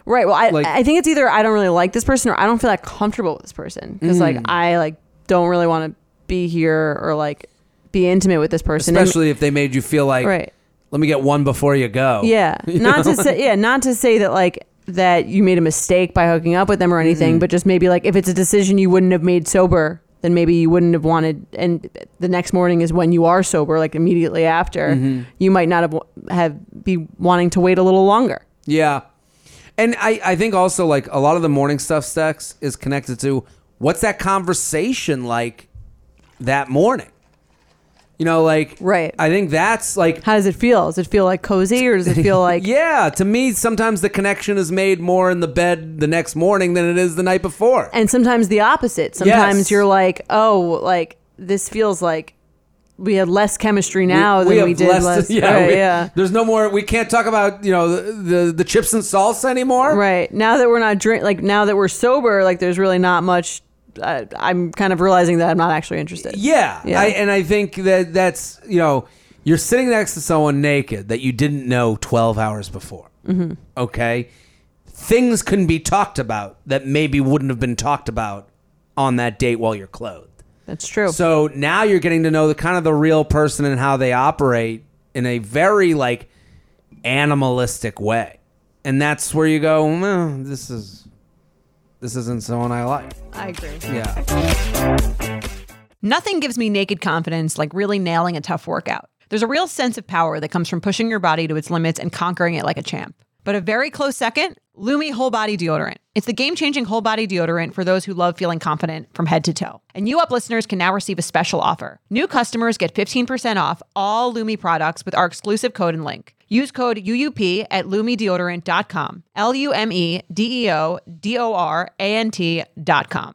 Right. Well, I, Like- I think it's either I don't really like this person or I don't feel that comfortable with this person because like I like don't really want to be here or like be intimate with this person. And- Especially if they made you feel like, right. let me get one before you go. Yeah. Oh. You Not to know? say yeah, not to say that like that you made a mistake by hooking up with them or Mm-hmm. anything, but just maybe like if it's a decision you wouldn't have made sober, then maybe you wouldn't have wanted and the next morning is when you are sober, like immediately after, Mm-hmm. you might not have have be wanting to wait a little longer. Yeah. And I, I think also like a lot of the morning stuff sex is connected to what's that conversation like that morning? You know, like Right. I think that's like How does it feel? Does it feel like cozy or does it feel like yeah to me sometimes the connection is made more in the bed the next morning than it is the night before and sometimes the opposite. Sometimes Yes. you're like, "Oh, like this feels like we had less chemistry now than we, have did last." yeah, right, we- yeah. there's no more we can't talk about you know the the, the chips and salsa anymore Right. Now that we're not drink, like now that we're sober, like there's really not much. Uh, I'm kind of realizing that I'm not actually interested. yeah, Yeah. I, and i think that that's you know you're sitting next to someone naked that you didn't know 12 hours before mm-hmm. okay things can be talked about that maybe wouldn't have been talked about on that date while you're clothed That's true. So now you're getting to know the kind of the real person and how they operate in a very like animalistic way, and that's where you go. "Mm, this is this isn't someone I like. I agree. Yeah. Nothing gives me naked confidence like really nailing a tough workout. There's a real sense of power that comes from pushing your body to its limits and conquering it like a champ. But a very close second, Lumi Whole Body Deodorant. It's the game changing whole body deodorant for those who love feeling confident from head to toe. And you up listeners can now receive a special offer. New customers get 15% off all Lumi products with our exclusive code and link. Use code UUP at lumideodorant.com. L U M E D E O D O R A N T.com.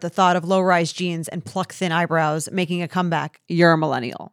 the thought of low rise jeans and pluck thin eyebrows making a comeback, you're a millennial.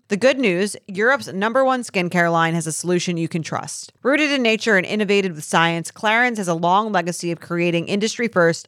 The good news Europe's number one skincare line has a solution you can trust. Rooted in nature and innovated with science, Clarins has a long legacy of creating industry first,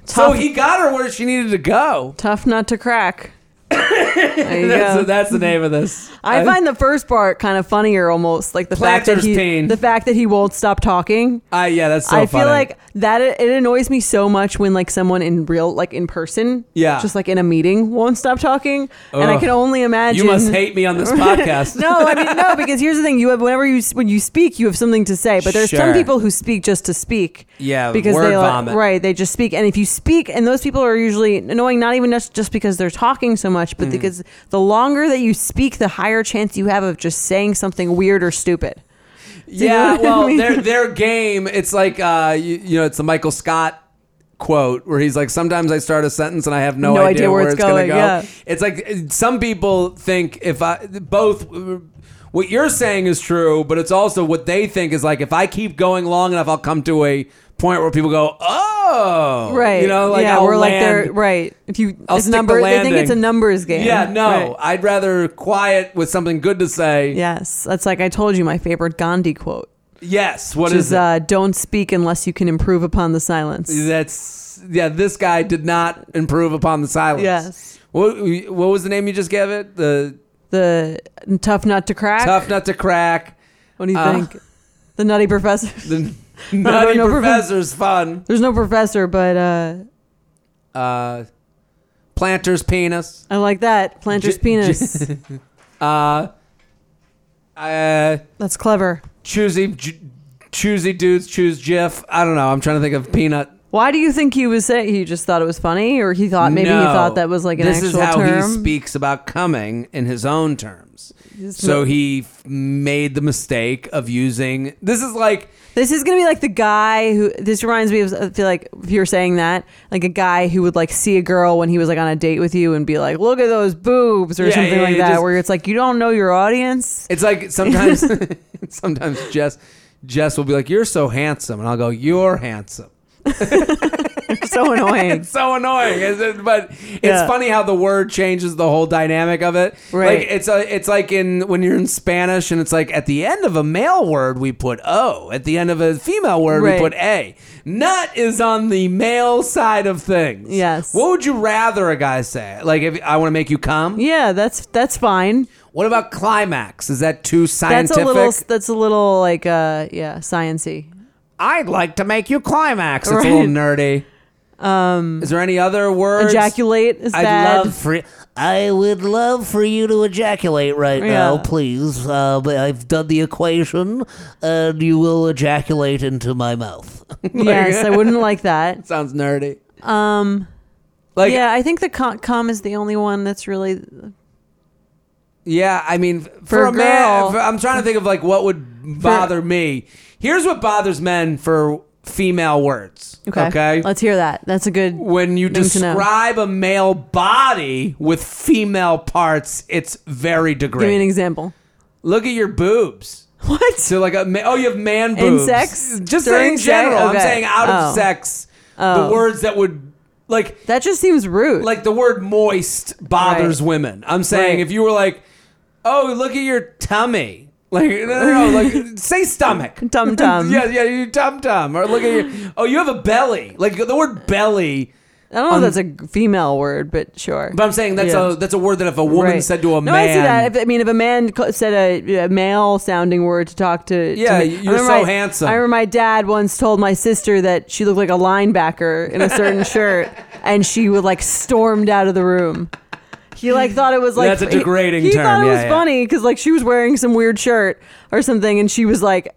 So Tough, he got her where she needed to go. tough nut to crack. There you That's, go. that's the name of this. I find the first part kind of funnier, almost like the fact Planter's that he, pain. the fact that he won't stop talking. I yeah, that's so I funny. feel like that it annoys me so much when like someone in real, like in person, Yeah. just like in a meeting, won't stop talking, and I Ugh. can only imagine. you must hate me on this podcast. no, I mean no, because here's the thing: you have whenever you when you speak, you have something to say. But there's some Sure. people who speak just to speak. Yeah, because word they like- vomit. right, they just speak, and if you speak, and those people are usually annoying, not even just just because they're talking so much, Mm. but because the longer that you speak, the higher chance you have of just saying something weird or stupid. you know yeah, what I well, mean? their their game. It's like uh, you, you know, it's the Michael Scott quote where he's like, "Sometimes I start a sentence and I have no, No idea where it's gonna going, go." yeah. It's like uh, some people think if I both. What you're saying is true, but it's also what they think is like if I keep going long enough, I'll come to a point where people go, "Oh, Right. You know, like yeah, I'll we're like land- they're right. If you I'll it's stick the number, they think it's a landing. numbers game. Yeah, no, Right. I'd rather quiet with something good to say. Yes, that's like I told you my favorite Gandhi quote, Yes, what which is is uh, "Don't speak unless you can improve upon the silence." it? That's yeah. This guy did not improve upon the silence. Yes. What What was the name you just gave it? The The tough nut to crack. tough nut to crack. What do you Uh, think? The Nutty Professor. The nutty no, no, professor's fun. There's no professor, but uh, Uh, planter's penis. I like that. Planter's J- penis. Uh, uh, That's clever. choosy, j- choosy dudes choose Jif. I don't know. I'm trying to think of peanut. Why do you think he was saying he just thought it was funny, or he thought maybe he No. thought that was like an this actual is how term? he speaks about coming in his own terms. So he f- made the mistake of using. This is like This is gonna be like the guy who. This reminds me of. I feel like if you're saying that, like a guy who would like see a girl when he was like on a date with you and be like, "Look at those boobs" or Yeah, something yeah, like yeah, that, just- where it's like you don't know your audience. it's like sometimes sometimes Jess Jess will be like, "You're so handsome," and I'll go, "You're handsome." It's so annoying. It's so annoying, is it? But it's Yeah. funny how the word changes the whole dynamic of it. Right. Like it's a, it's like in when you're in Spanish and it's like at the end of a male word we put o, at the end of a female word Right. we put a. Nut is on the male side of things. Yes. What would you rather a guy say? Like if I want to make you come. Yeah, that's that's fine. What about climax? Is that too That's scientific? a little. That's a little like uh yeah, sciency. I'd like to make you climax. It's Right. a little nerdy. Um, is there any other words? Ejaculate is I'd bad. love for I would love for you to ejaculate right now, Yeah. please. Uh, but I've done the equation, and you will ejaculate into my mouth. yes, I wouldn't like that. Sounds nerdy. Um, like yeah, yeah, I think the com, com is the only one that's really I mean, for, For a a, man, girl- for- I'm trying to think of like what would bother me. Here's what bothers men for female words. okay. Let's hear that. That's a good. when you thing to know. describe a male body with female parts, it's very Give me an degrading. example. Look at your boobs. What? So like a ma- oh, you have man boobs. sex? Just During in sex? general. Okay. I'm saying out Oh. of sex, the words that would like that just seems rude. like the word moist bothers Right. women. I'm saying Right. if you were like, oh, look at your tummy. Like no, no, no like say stomach. Tum tum. yeah, yeah, you tum tum. Or look at your oh, you have a belly. Like the word belly. I don't know if that's a female word, but sure. Um, But I'm saying that's Yeah. a that's a word that if a woman Right. said to a no, man, I see that. If, I mean, if a man co- said a, a male-sounding word to talk to, to Yeah, me- I you're remember so my- handsome. I remember my dad once told my sister that she looked like a linebacker in a certain shirt, and she would like stormed out of the room. He like thought it was like That's a degrading He, he term. thought it Yeah, was yeah. funny because like she was wearing some weird shirt or something, and she was like,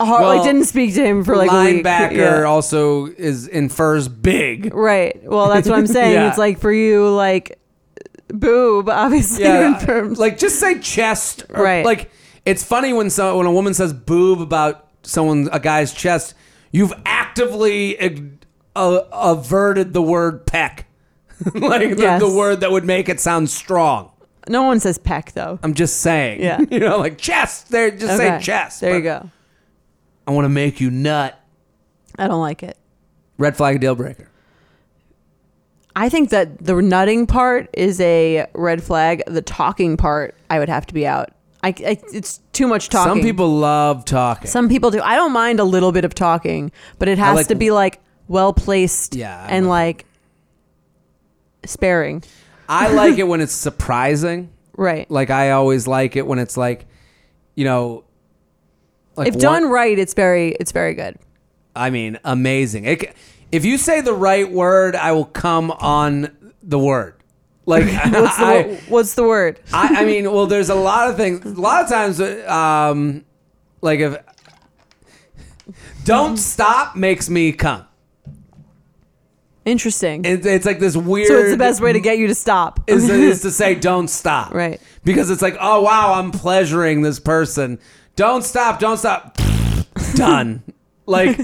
hard, like Well, didn't speak to him for like a week. linebacker Yeah. also is infers big. Right. Well, that's what I'm saying. Yeah. It's like for you, like boob, obviously. in terms- like just say chest. Or, Right. Like it's funny when so when a woman says boob about someone a guy's chest, you've actively ag- uh, averted the word peck, like the- Yes. the, word that would make it sound strong. no one says peck though. I'm just saying. Yeah. You know, like chest. There, just Okay. say chest. There you but go. I want to make you nut. I don't like it. Red flag, deal breaker. I think that the nutting part is a red flag. The talking part, I would have to be out. I, I it's too much talking. Some people love talking. some people do. I don't mind a little bit of talking, but it has like- to be like well placed Yeah, I and know. like sparing. I like it when it's surprising. Right. Like I always like it when it's like, you know, like if done one- right, it's very it's very good. I mean, amazing. It, ca- if you say the right word, I will come on the word. Like What's the, I- wo- what's the word? I, I mean, well, there's a lot of things. A lot of times, uh, um, like if "Don't stop" makes me come. Interesting. It, it's like this weird. so it's the best way to get you to stop. is, is to say "Don't stop," Right. Because it's like, oh wow, I'm pleasuring this person. Don't stop, don't stop. Done. Like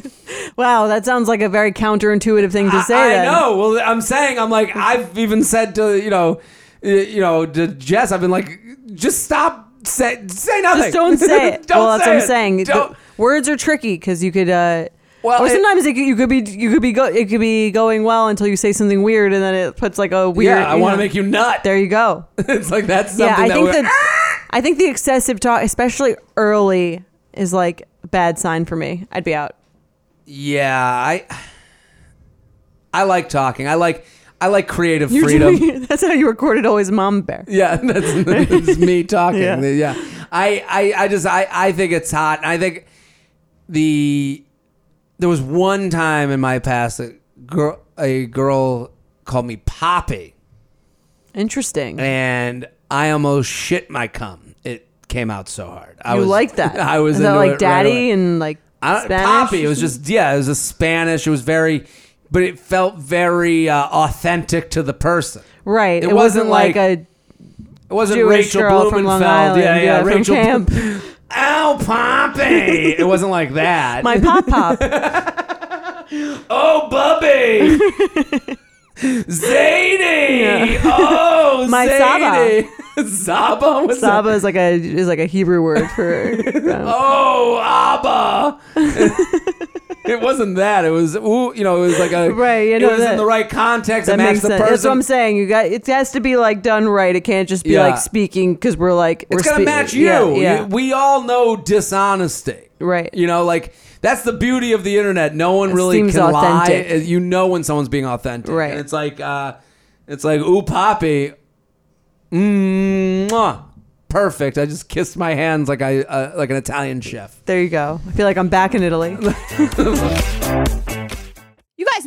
wow, that sounds like a very counterintuitive thing to I- say. I, then. know. Well, I'm saying I'm like I've even said to you know, y- you know, to Jess, I've been like, just stop. Say, say nothing. Just don't say it. don't well, that's say what I'm it. saying. The Don't- words are tricky because you could. Uh, Well, or it- sometimes it, could- you could be you could be go, it could be going well until you say something weird and then it puts like a weird. yeah, I want to make you nut. There you go. it's like that's something yeah, I that think we're- that I think the excessive talk, especially early, is like a bad sign for me. I'd be out. yeah, I I like talking. I like I like creative You're freedom. doing- that's how you recorded always, Mom Bear. Yeah, that's, that's me talking. Yeah. Yeah. I, I, I just I, I think it's hot. And I think the there was one time in my past a girl a girl called me Poppy Interesting. and I almost shit my cum. It came out so hard. I you was, like that? I was Is that into like it right Daddy away. and like I don't, Spanish. Poppy. It was just yeah. It was a Spanish. It was very, but it felt very uh, authentic to the person. right. it It, wasn't wasn't like, like- a It wasn't Jewish Rachel girl from Long Blumenfeld. Island. yeah, yeah, from Rachel. camp. Ow, Poppy! It wasn't like that. My pop pop. oh, Bubby! Zadie! Oh, My Zadie! Saba. Saba was Saba is like a is like a Hebrew word for brown. Oh, Abba! it wasn't that. It was ooh, you know, it was like a Right, you it know, was that- in the right context. that it matched makes the sense. person. That's what I'm saying. You got it has to be like done right. It can't just be Yeah. like speaking because we're like we're it's spe- gonna match you. Yeah, yeah. You- We all know dishonesty, Right. You know, like that's the beauty of the internet. No one It really seems can authentic. lie. Uh, You know when someone's being authentic, Right. And it's like, uh, it's like, ooh, Poppy, mwah. perfect. I just kissed my hands like I uh, like an Italian chef. there you go. I feel like I'm back in Italy. You guys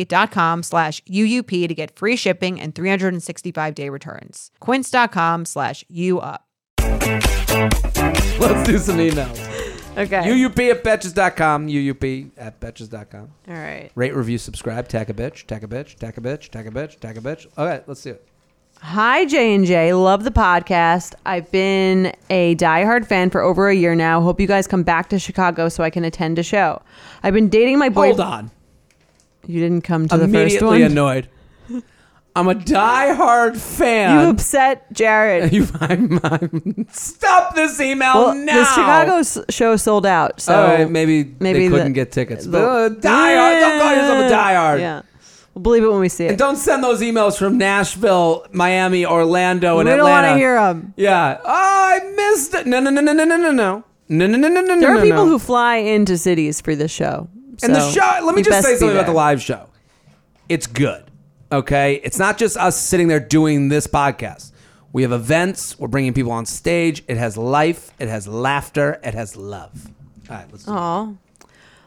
E dot com slash UUP to get free shipping and 365 day returns. Quince.com slash UUP. Let's do some emails. Okay. UUP at betches.com. UUP at betches.com. All right. Rate, review, subscribe. Tag a bitch. Tag a bitch. Tag a bitch. Tag a bitch. Tag a bitch. All right, let's do it. Hi J and J, love the podcast. I've been a diehard fan for over a year now. Hope you guys come back to Chicago so I can attend a show. I've been dating my boy. Hold on. You didn't come to the first one. Immediately annoyed. I'm a diehard You fan. upset Jared. You, I'm, I'm- stop this email well, now. the Chicago s- show sold out, so All right, maybe, maybe they couldn't the- get tickets. the- But, uh, diehard. Don't call yourself a diehard. Yeah, we'll believe it when we see it. And don't send those emails from Nashville, Miami, Orlando, and we don't Atlanta. want to hear them. Yeah. Oh, I missed it. No, no, no, no, no, no, no, no. No, no, no, no, no, There no, are people no. who fly into cities for this show. And the so show, let me you just best say be something about there. the live show. It's good. Okay? It's not just us sitting there doing this podcast. We have events, we're bringing people on stage. It has life, it has laughter, it has love. All right, let's do it. Aw.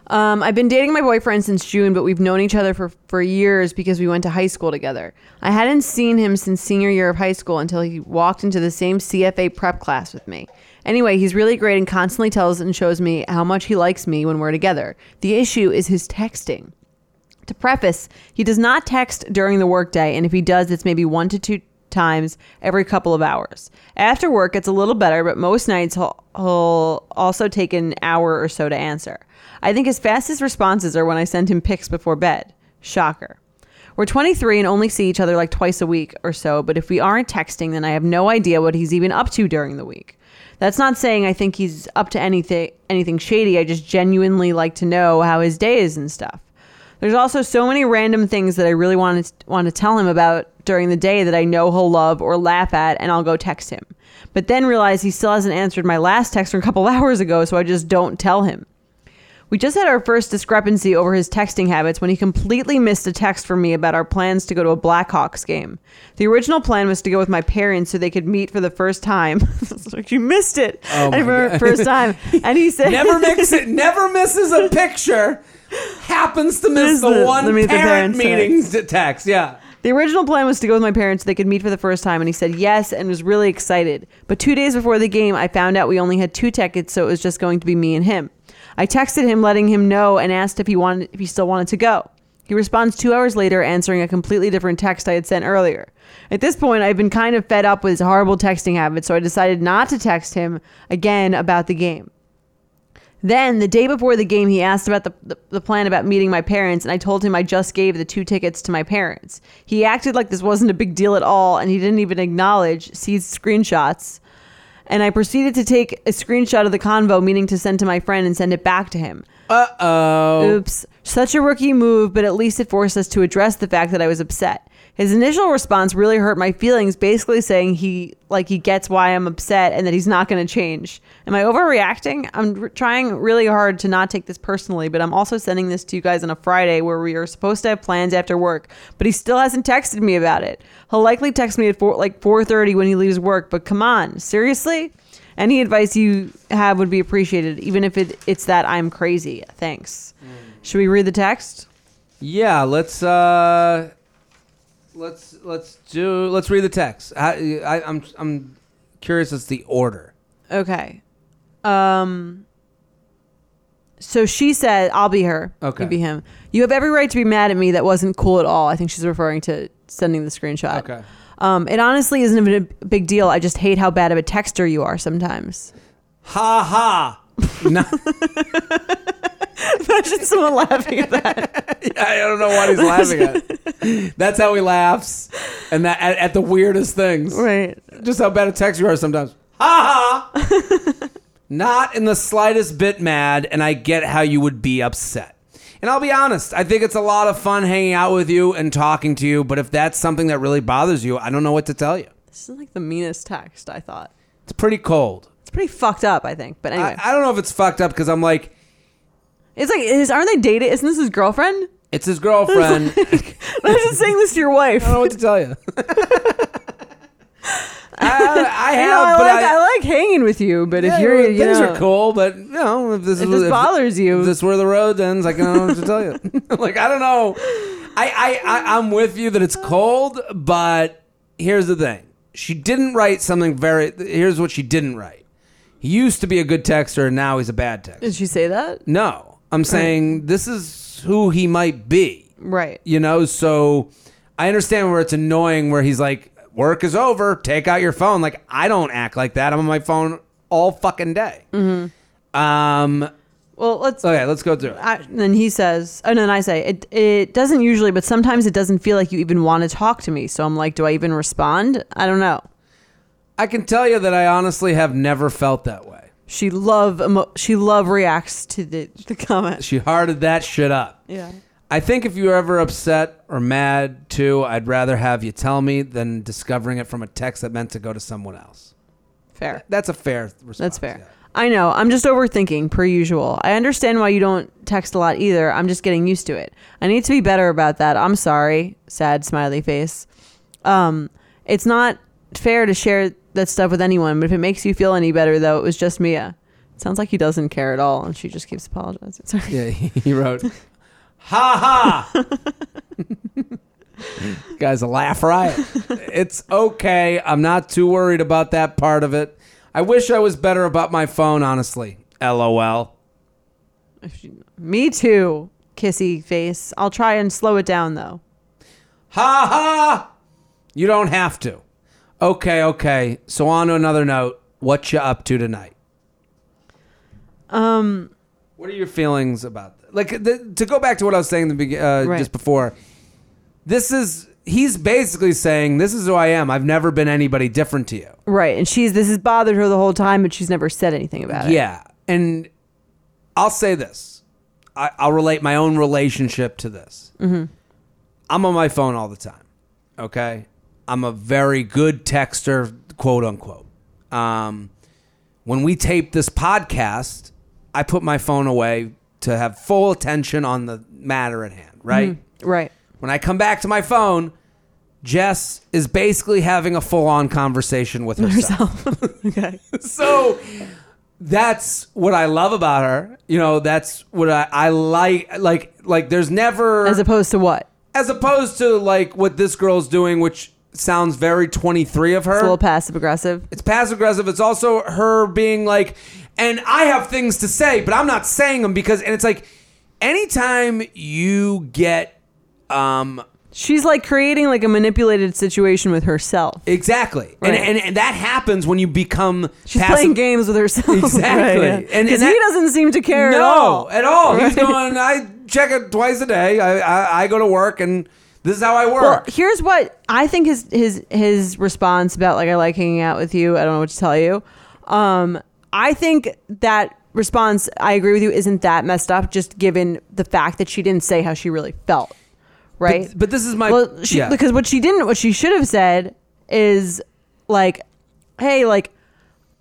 Um, I've been dating my boyfriend since June, but we've known each other for, for years because we went to high school together. I hadn't seen him since senior year of high school until he walked into the same CFA prep class with me. Anyway, he's really great and constantly tells and shows me how much he likes me when we're together. The issue is his texting. To preface, he does not text during the workday, and if he does, it's maybe one to two times every couple of hours. After work, it's a little better, but most nights he'll, he'll also take an hour or so to answer. I think his fastest responses are when I send him pics before bed. Shocker. We're 23 and only see each other like twice a week or so, but if we aren't texting, then I have no idea what he's even up to during the week. That's not saying I think he's up to anything anything shady. I just genuinely like to know how his day is and stuff. There's also so many random things that I really want to want to tell him about during the day that I know he'll love or laugh at, and I'll go text him. But then realize he still hasn't answered my last text from a couple hours ago, so I just don't tell him. We just had our first discrepancy over his texting habits when he completely missed a text from me about our plans to go to a Blackhawks game. The original plan was to go with my parents so they could meet for the first time. So you missed it. Oh my and for the first time. And he said Never mix it. Never misses a picture. Happens to miss Miss the the- one the meet the parent parents text. meetings to text. Yeah. The original plan was to go with my parents so they could meet for the first time, and he said yes and was really excited. But two days before the game, I found out we only had two tickets, so it was just going to be me and him. I texted him, letting him know, and asked if he wanted if he still wanted to go. He responds two hours later, answering a completely different text I had sent earlier. At this point, I've been kind of fed up with his horrible texting habits, so I decided not to text him again about the game. Then the day before the game, he asked about the, the, the plan about meeting my parents, and I told him I just gave the two tickets to my parents. He acted like this wasn't a big deal at all, and he didn't even acknowledge, see screenshots. And I proceeded to take a screenshot of the convo, meaning to send to my friend and send it back to him. Uh oh. Oops. Such a rookie move, but at least it forced us to address the fact that I was upset. His initial response really hurt my feelings, basically saying he like he gets why I'm upset and that he's not going to change. Am I overreacting? I'm r- trying really hard to not take this personally, but I'm also sending this to you guys on a Friday where we are supposed to have plans after work, but he still hasn't texted me about it. He'll likely text me at four, like 4:30 when he leaves work, but come on, seriously? Any advice you have would be appreciated, even if it, it's that I'm crazy. Thanks. Should we read the text? Yeah, let's uh, let's let's do let's read the text. I, I I'm I'm curious as the order. Okay. Um. So she said, "I'll be her. Okay. you be him. You have every right to be mad at me. That wasn't cool at all." I think she's referring to sending the screenshot. Okay. Um, it honestly isn't even a big deal. I just hate how bad of a texter you are sometimes. Ha ha. No, Imagine someone laughing at that. I don't know what he's laughing at. That's how he laughs, and that at, at the weirdest things. Right. Just how bad a text you are sometimes. Ha ha. Not in the slightest bit mad, and I get how you would be upset. And I'll be honest, I think it's a lot of fun hanging out with you and talking to you. But if that's something that really bothers you, I don't know what to tell you. This is like the meanest text I thought. It's pretty cold. It's pretty fucked up, I think. But anyway, I, I don't know if it's fucked up because I'm like, it's like, is, aren't they dating? Isn't this his girlfriend? it's his girlfriend. I I'm just saying this to your wife. don't know what to tell you. I, I You know, have, I, but like, I, I, like hanging with you, but Yeah, if you're, well, you things know, are cool, but you know, if this If is this if- bothers you. if this where the road ends. I can I don't know what to tell you. like I don't know. I, I I I'm with you that it's cold, but here's the thing: she didn't write something very. Here's what she didn't write. He used to be a good texter, and now he's a bad texter. Did she say that? No, I'm saying this is who he might be. Right. You know, so I understand where it's annoying where he's like, work is over, take out your phone. Like, I don't act like that. I'm on my phone all fucking day. Um, Well, let's. okay, let's go through it. I, and then he says, and then I say, it, it doesn't usually, but sometimes it doesn't feel like you even want to talk to me. So I'm like, do I even respond? I don't know. I can tell you that I honestly have never felt that way. She love emo- she love reacts to the, the comment. She hearted that shit up. Yeah. I think if you're ever upset or mad too, I'd rather have you tell me than discovering it from a text that meant to go to someone else. Fair. That's a fair response. That's fair. yeah. I know. I'm just overthinking per usual. I understand why you don't text a lot either. I'm just getting used to it. I need to be better about that. I'm sorry. Sad smiley face. Um, it's not fair to share that stuff with anyone, but if it makes you feel any better though, it was just Mia. sounds like he doesn't care at all and she just keeps apologizing. Sorry. Yeah, he wrote, "Ha ha." Guys, a laugh riot. It's okay. I'm not too worried about that part of it. I wish I was better about my phone, honestly. LOL. If she- me too. Kissy face. I'll try and slow it down though. Ha ha! You don't have to. Okay, okay. So on to another note. What you up to tonight? Um What are your feelings about that? Like the, to go back to what I was saying the beg- uh, Right. just before. This is he's basically saying this is who I am. I've never been anybody different to you. right, and she's this has bothered her the whole time but she's never said anything about it. Yeah, and I'll say this. I, I'll relate my own relationship to this. I'm on my phone all the time. Okay, I'm a very good texter, quote unquote. Um, when we tape this podcast, I put my phone away to have full attention on the matter at hand. Right. Right. When I come back to my phone, Jess is basically having a full-on conversation with herself. okay. so that's what I love about her. You know, that's what I, I like. Like, like there's never As opposed to what? as opposed to like what this girl's doing, which sounds very 23 of her. It's a little passive aggressive. It's passive aggressive. It's also her being like, and I have things to say, but I'm not saying them because. And it's like, anytime you get, um, She's like creating like a manipulated situation with herself. exactly, Right. and, and and that happens when you become She's passive- playing games with herself. Exactly. Right, And- and Because that- he doesn't seem to care no, at all. at all. He's going. I check it twice a day. I, I I go to work, and this is how I work. Well, here's what I think his his his response about like I like hanging out with you. I don't know what to tell you. Um, I think that response I agree with you isn't that messed up, just given the fact that she didn't say how she really felt. Right. but this is my well, she, yeah. because what she didn't, what she should have said is like, hey, like,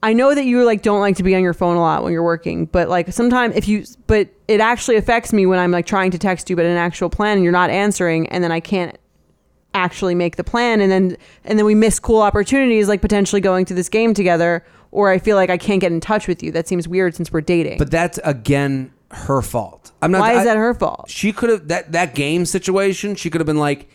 I know that you like don't like to be on your phone a lot when you're working, but like sometimes if you, but it actually affects me when I'm like trying to text you, but an actual plan and you're not answering, and then I can't actually make the plan, and then and then we miss cool opportunities like potentially going to this game together, or I feel like I can't get in touch with you. That seems weird since we're dating. but that's again her fault. I'm not. why I- is that her fault? She could have that that game situation. She could have been like,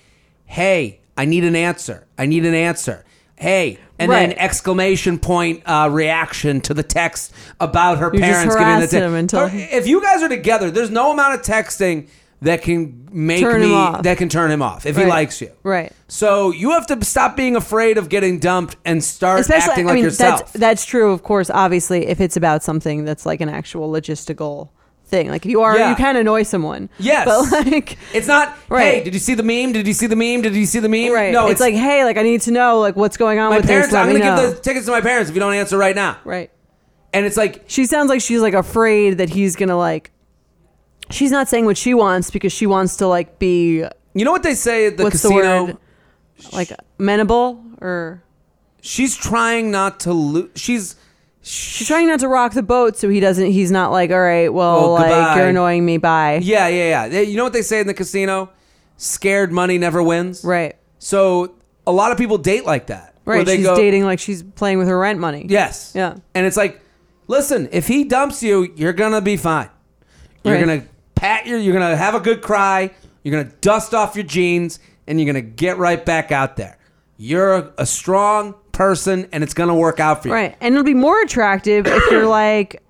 "Hey, I need an answer. I need an answer." Hey, and then Right. exclamation point uh, reaction to the text about her just parents giving the harassed him text. until- if you guys are together, there's no amount of texting that can make Turn him me off. that can turn him off if he Right. likes you. Right. So you have to stop being afraid of getting dumped and start acting like yourself. That's, that's true, of course. Obviously, if it's about something that's like an actual logistical thing, like if you are, Yeah. you can annoy someone. Yes. but like, it's not. Right. Hey, did you see the meme? Did you see the meme? Did you see the meme? right? No, it's, like, hey, like I need to know, like what's going on my with parents. this. Let I'm me gonna know. give the tickets to my parents if you don't answer right now. right. And it's like She sounds like she's like afraid that he's gonna like she's not saying what she wants because she wants to like be You know what they say at the What's the casino? word? like amenable or She's trying not to lose. She's she's trying not to rock the boat so he doesn't he's not like all right well Oh, like goodbye. you're annoying me bye yeah, yeah, yeah. They- You know what they say in the casino? Scared money never wins. right So a lot of people date like that. where right they she's go- dating like she's playing with her rent money Yes. Yeah. And it's like, listen, if he dumps you, you're gonna be fine. You're Right. gonna pat your. You're gonna have a good cry. You're gonna dust off your jeans, and you're gonna get right back out there. You're a, a strong person, and it's gonna work out for you. right and it'll be more attractive if you're like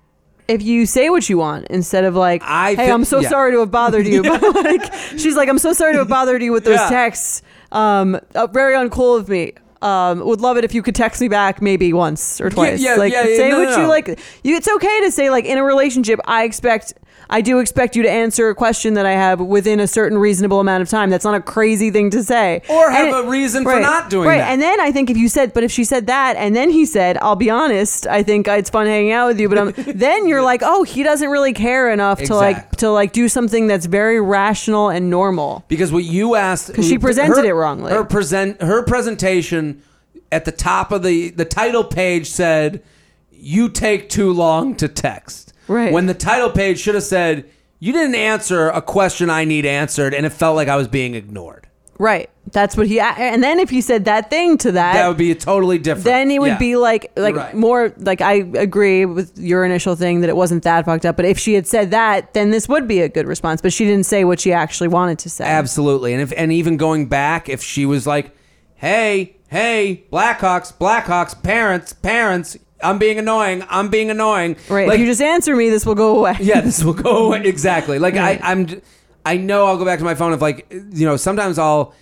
if you say what you want instead of like I hey thi- i'm so yeah. sorry to have bothered you but like she's like i'm so sorry to have bothered you with those Yeah. texts um uh, very uncool of me um, would love it if you could text me back maybe once or twice. yeah, like yeah, yeah, say no, what no, you no. like. You, it's okay to say like in a relationship, I expect, I do expect you to answer a question that I have within a certain reasonable amount of time. That's not a crazy thing to say. Or have And a reason for not doing right. that. And then I think if you said, but if she said that, and then he said, I'll be honest, I think it's fun hanging out with you, but I'm, then you're like, oh, he doesn't really care enough to like Exactly. to like do something that's very rational and normal. Because what you asked, 'Cause she presented it wrongly. Her present her presentation at the top of the the title page said, "You take too long to text." Right. When the title page should have said, "You didn't answer a question I need answered," and it felt like I was being ignored. Right. That's what he. And then if he said that thing to that, That would be a totally different. then it would Yeah. be like like You're right. more like I agree with your initial thing that it wasn't that fucked up. But if she had said that, then this would be a good response. But she didn't say what she actually wanted to say. Absolutely. And if and even going back, if she was like, "Hey, hey, Blackhawks, Blackhawks, parents, parents, I'm being annoying, I'm being annoying," Right. Like, if you just answer me, this will go away. yeah, this will go away. exactly. Like I, I'm, j- I know I'll go back to my phone if like you know sometimes I'll,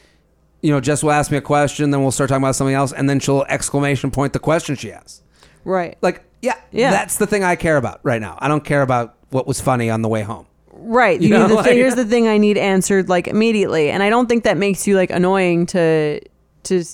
you know, Jess will ask me a question, then we'll start talking about something else, and then she'll exclamation point the question she asked. Right. Like yeah, Yeah. that's the thing I care about right now. I don't care about what was funny on the way home. Right. You You need know, the like- thing, here's the thing I need answered like immediately, and I don't think that makes you like annoying to to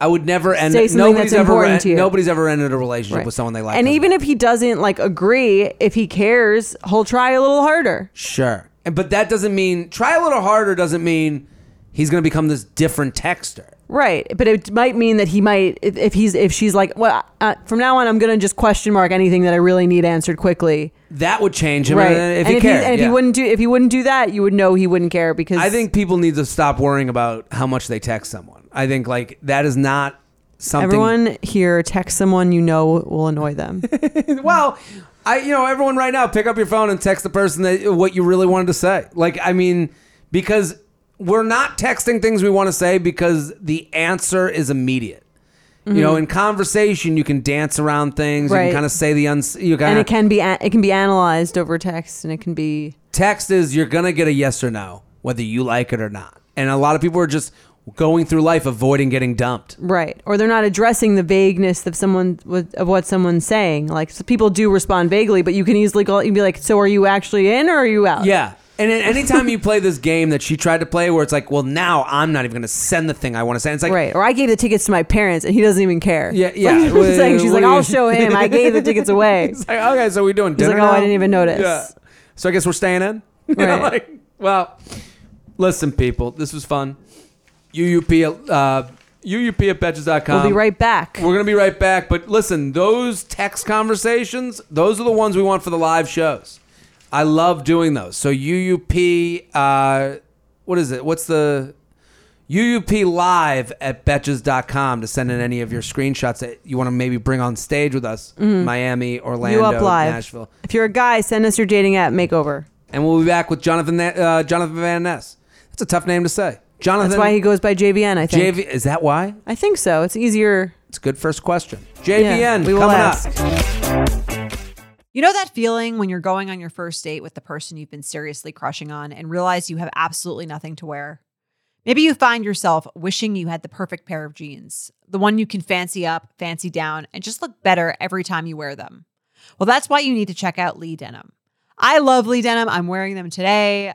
I would never end. Say something nobody's that's ever important en- to you. Nobody's ever ended a relationship right. with someone they like. And them. even if he doesn't like agree, if he cares, he'll try a little harder. sure, and but that doesn't mean try a little harder. Doesn't mean he's going to become this different texter. Right, but it might mean that he might if, if he's if she's like, well, uh, from now on, I'm gonna just question mark anything that I really need answered quickly. That would change him right, uh, if and he if, cared. and if yeah. he wouldn't do if he wouldn't do that, you would know he wouldn't care because I think people need to stop worrying about how much they text someone. I think like that is not something. everyone here text someone you know will annoy them. well, I you know everyone right now pick up your phone and text the person that what you really wanted to say. Like I mean, because we're not texting things we want to say because the answer is immediate. You know, in conversation you can dance around things. Mm-hmm. You Right. can kind of say the uns. You and kind it of can be a- it can be analyzed over text, and it can be text is you're gonna get a yes or no whether you like it or not. And a lot of people are just going through life avoiding getting dumped. right, or they're not addressing the vagueness of someone with, of what someone's saying. Like so people do respond vaguely, but you can easily go, you'd be like, so are you actually in or are you out? Yeah. And then anytime you play this game that she tried to play where it's like, well, now I'm not even going to send the thing I want to send. It's like, Right. Or I gave the tickets to my parents and he doesn't even care. Yeah, yeah. Like, What- saying, she's what like, do you- I'll show him. I gave the tickets away. it's like, okay, so we doing He's dinner like, "Oh, I now?" didn't even notice. So I guess we're staying in? You know, Right. like, well, listen, people, this was fun. UUP, at, uh, UUP at Betches.com. We'll be right back. Um, We're going to be right back. But listen, those text conversations, those are the ones we want for the live shows. I love doing those. So UUP, uh, what is it? What's the UUP live at betches.com to send in any of your screenshots that you want to maybe bring on stage with us, Miami, Mm-hmm. You Orlando, up live. Nashville. If you're a guy, send us your dating app makeover. And we'll be back with Jonathan Na- uh, Jonathan Van Ness. That's a tough name to say. Jonathan That's why he goes by JVN, I think. JV is that why? I think so. It's easier. It's a good first question. JVN we will coming ask. up. You know that feeling when you're going on your first date with the person you've been seriously crushing on and realize you have absolutely nothing to wear? Maybe you find yourself wishing you had the perfect pair of jeans, the one you can fancy up, fancy down, and just look better every time you wear them. Well, that's why you need to check out Lee Denim. I love Lee Denim. I'm wearing them today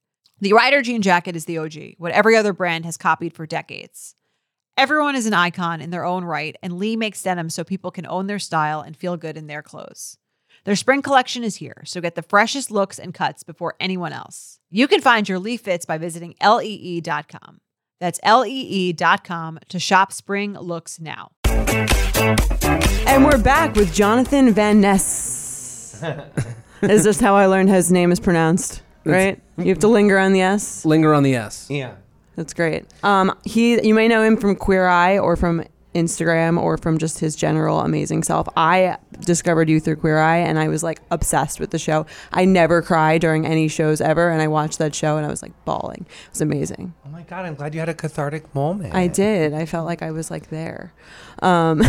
The Rider jean jacket is the OG, what every other brand has copied for decades. Everyone is an icon in their own right, and Lee makes denim so people can own their style and feel good in their clothes. Their spring collection is here, so get the freshest looks and cuts before anyone else. You can find your Lee fits by visiting E lee.com. That's E lee.com to shop spring looks now. And we're back with Jonathan Van Ness. is just how I learned his name is pronounced, right? You have to linger on the S. Linger on the S. Yeah. That's great. Um, he, you may know him from Queer Eye or from Instagram or from just his general amazing self. I discovered you through Queer Eye, and I was like obsessed with the show. I never cry during any shows ever, and I watched that show and I was like bawling. It was amazing. Oh my god! I'm glad you had a cathartic moment. I did. I felt like I was like there, um,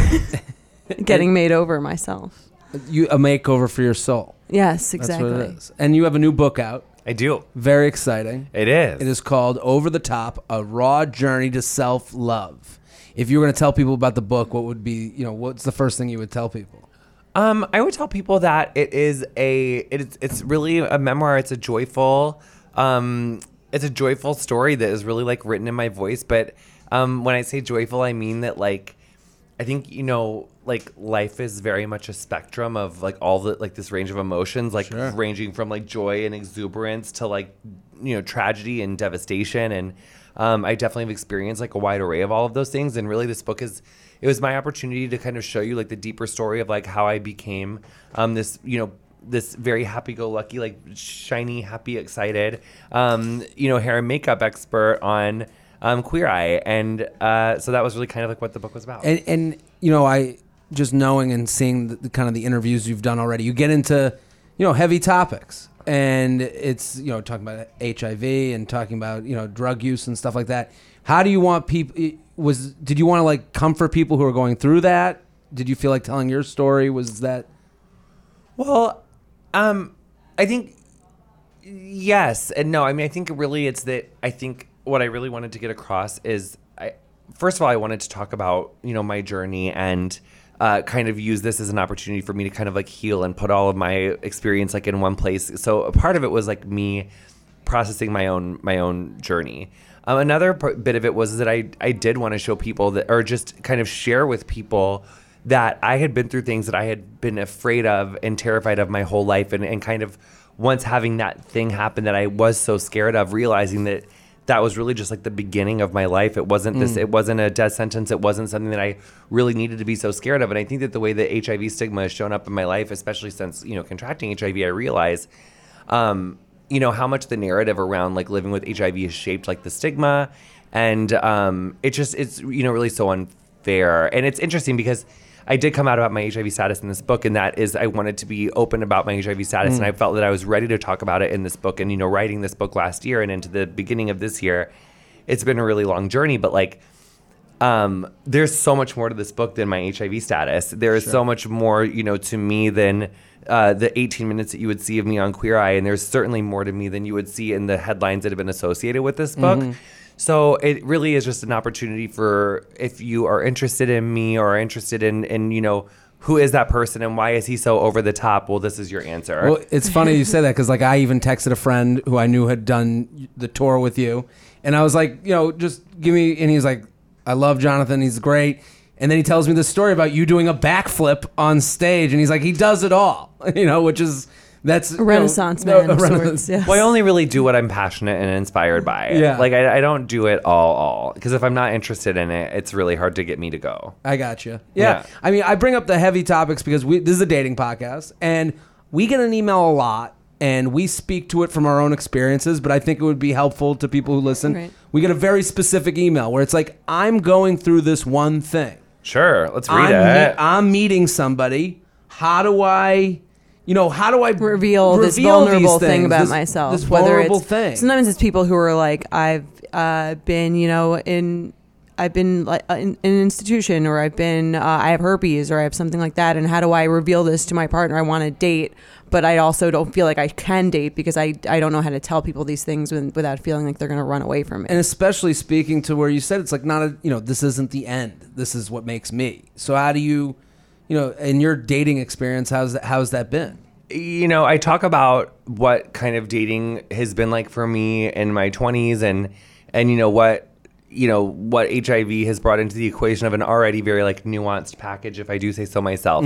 getting made over myself. You a makeover for your soul. Yes, That's exactly. what it is. And you have a new book out. I do. Very exciting. It is. It is called Over the Top: A Raw Journey to Self Love. If you were going to tell people about the book, what would be, you know, what's the first thing you would tell people? Um, I would tell people that it is a it is it's really a memoir. It's a joyful, um, it's a joyful story that is really like written in my voice. But um, when I say joyful, I mean that like I think you know like life is very much a spectrum of like all the like this range of emotions, like ranging from like joy and exuberance to like you know tragedy and devastation and. Um, I definitely have experienced like a wide array of all of those things, and really, this book is it was my opportunity to kind of show you like the deeper story of like how I became um, this, you know, this very happy-go-lucky, like shiny, happy, excited, um, you know, hair and makeup expert on um, Queer Eye, and uh, so that was really kind of like what the book was about. and and you know i just knowing and seeing the, the kind of the interviews you've done already you get into you know heavy topics and it's you know talking about hiv and talking about you know drug use and stuff like that how do you want people was did you want to like comfort people who are going through that did you feel like telling your story was that Well, um, I think yes and no. I mean, I think really it's that I think what I really wanted to get across is I first of all I wanted to talk about you know my journey and. Uh, kind of use this as an opportunity for me to kind of like heal and put all of my experience like in one place. So a part of it was like me processing my own my own journey. Um, another p- bit of it was that I I did want to show people that or just kind of share with people that I had been through things that I had been afraid of and terrified of my whole life and, and kind of once having that thing happen that I was so scared of realizing that that was really just like the beginning of my life. It wasn't this. It wasn't a death sentence. It wasn't something that I really needed to be so scared of. And I think that the way that HIV stigma has shown up in my life, especially since you know contracting HIV, I realize, um, you know, how much the narrative around like living with HIV has shaped like the stigma, and um, it just it's you know really so unfair. And it's interesting because. I did come out about my HIV status in this book, and that is I wanted to be open about my HIV status, and I felt that I was ready to talk about it in this book. And you know, writing this book last year and into the beginning of this year, it's been a really long journey. But like, um, there's so much more to this book than my HIV status. There is so much more, you know, to me than uh, the 18 minutes that you would see of me on Queer Eye, and there's certainly more to me than you would see in the headlines that have been associated with this book. Mm-hmm. So it really is just an opportunity for if you are interested in me or are interested in, in you know, who is that person and why is he so over the top? Well, this is your answer. Well, it's funny you say that because like I even texted a friend who I knew had done the tour with you, and I was like, you know, just give me. And he's like, I love Jonathan. He's great. And then he tells me this story about you doing a backflip on stage, and he's like, he does it all, you know, which is that's you know, Renaissance no, man a of renaissance- sorts. Yes. Well, I only really do what I'm passionate and inspired by. Yeah. Like I, I don't do it all, all because if I'm not interested in it, it's really hard to get me to go. I got you. Yeah. Yeah. I mean, I bring up the heavy topics because we this is a dating podcast, and we get an email a lot, and we speak to it from our own experiences. But I think it would be helpful to people who listen. Right. We get a very specific email where it's like, "I'm going through this one thing. Sure, let's I'm, read me- it. I'm meeting somebody. How do I?" You know, how do I reveal, this reveal these vulnerable thing things, about this- myself. This whether vulnerable it's, thing. Sometimes it's people who are like, I've uh, been, you know, in I've been like uh, in, in an institution, or I've been uh, I have herpes, or I have something like that, and how do I reveal this to my partner I want to date, but I also don't feel like I can date because I I don't know how to tell people these things when, without feeling like they're going to run away from it. and especially speaking to where you said it's like not a you know this isn't the end this is what makes me so how do you you know in your dating experience how's that how's that been you know, I talk about what kind of dating has been like for me in my 20s and and you know what you know what HIV has brought into the equation of an already very like nuanced package if I do say so myself.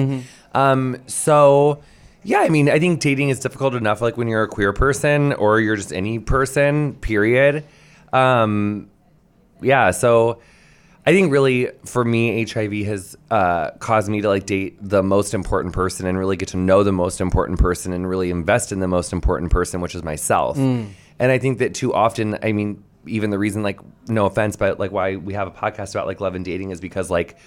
Um so yeah, I mean, I think dating is difficult enough like when you're a queer person or you're just any person, period. Um yeah, so I think really for me, HIV has uh, caused me to like date the most important person and really get to know the most important person and really invest in the most important person, which is myself. And I think that too often, I mean, even the reason, like, no offense, but like why we have a podcast about like love and dating is because like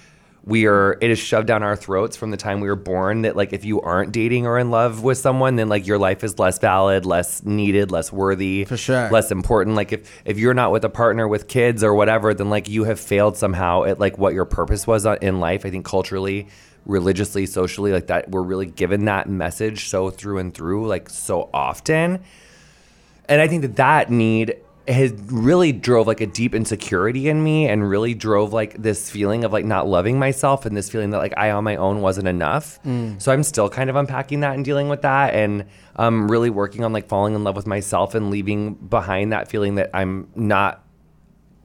we are, it is shoved down our throats from the time we were born that like if you aren't dating or in love with someone, then like your life is less valid, less needed, less worthy, for sure. less less important. Like if if you're not with a partner with kids or whatever, then like you have failed somehow at like what your purpose was on- in life. I think culturally, religiously, socially, like that we're really given that message so through and through like so often. And I think that that need has really drove like a deep insecurity in me and really drove like this feeling of like not loving myself and this feeling that like I on my own wasn't enough. So I'm still kind of unpacking that and dealing with that and um, really working on like falling in love with myself and leaving behind that feeling that I'm not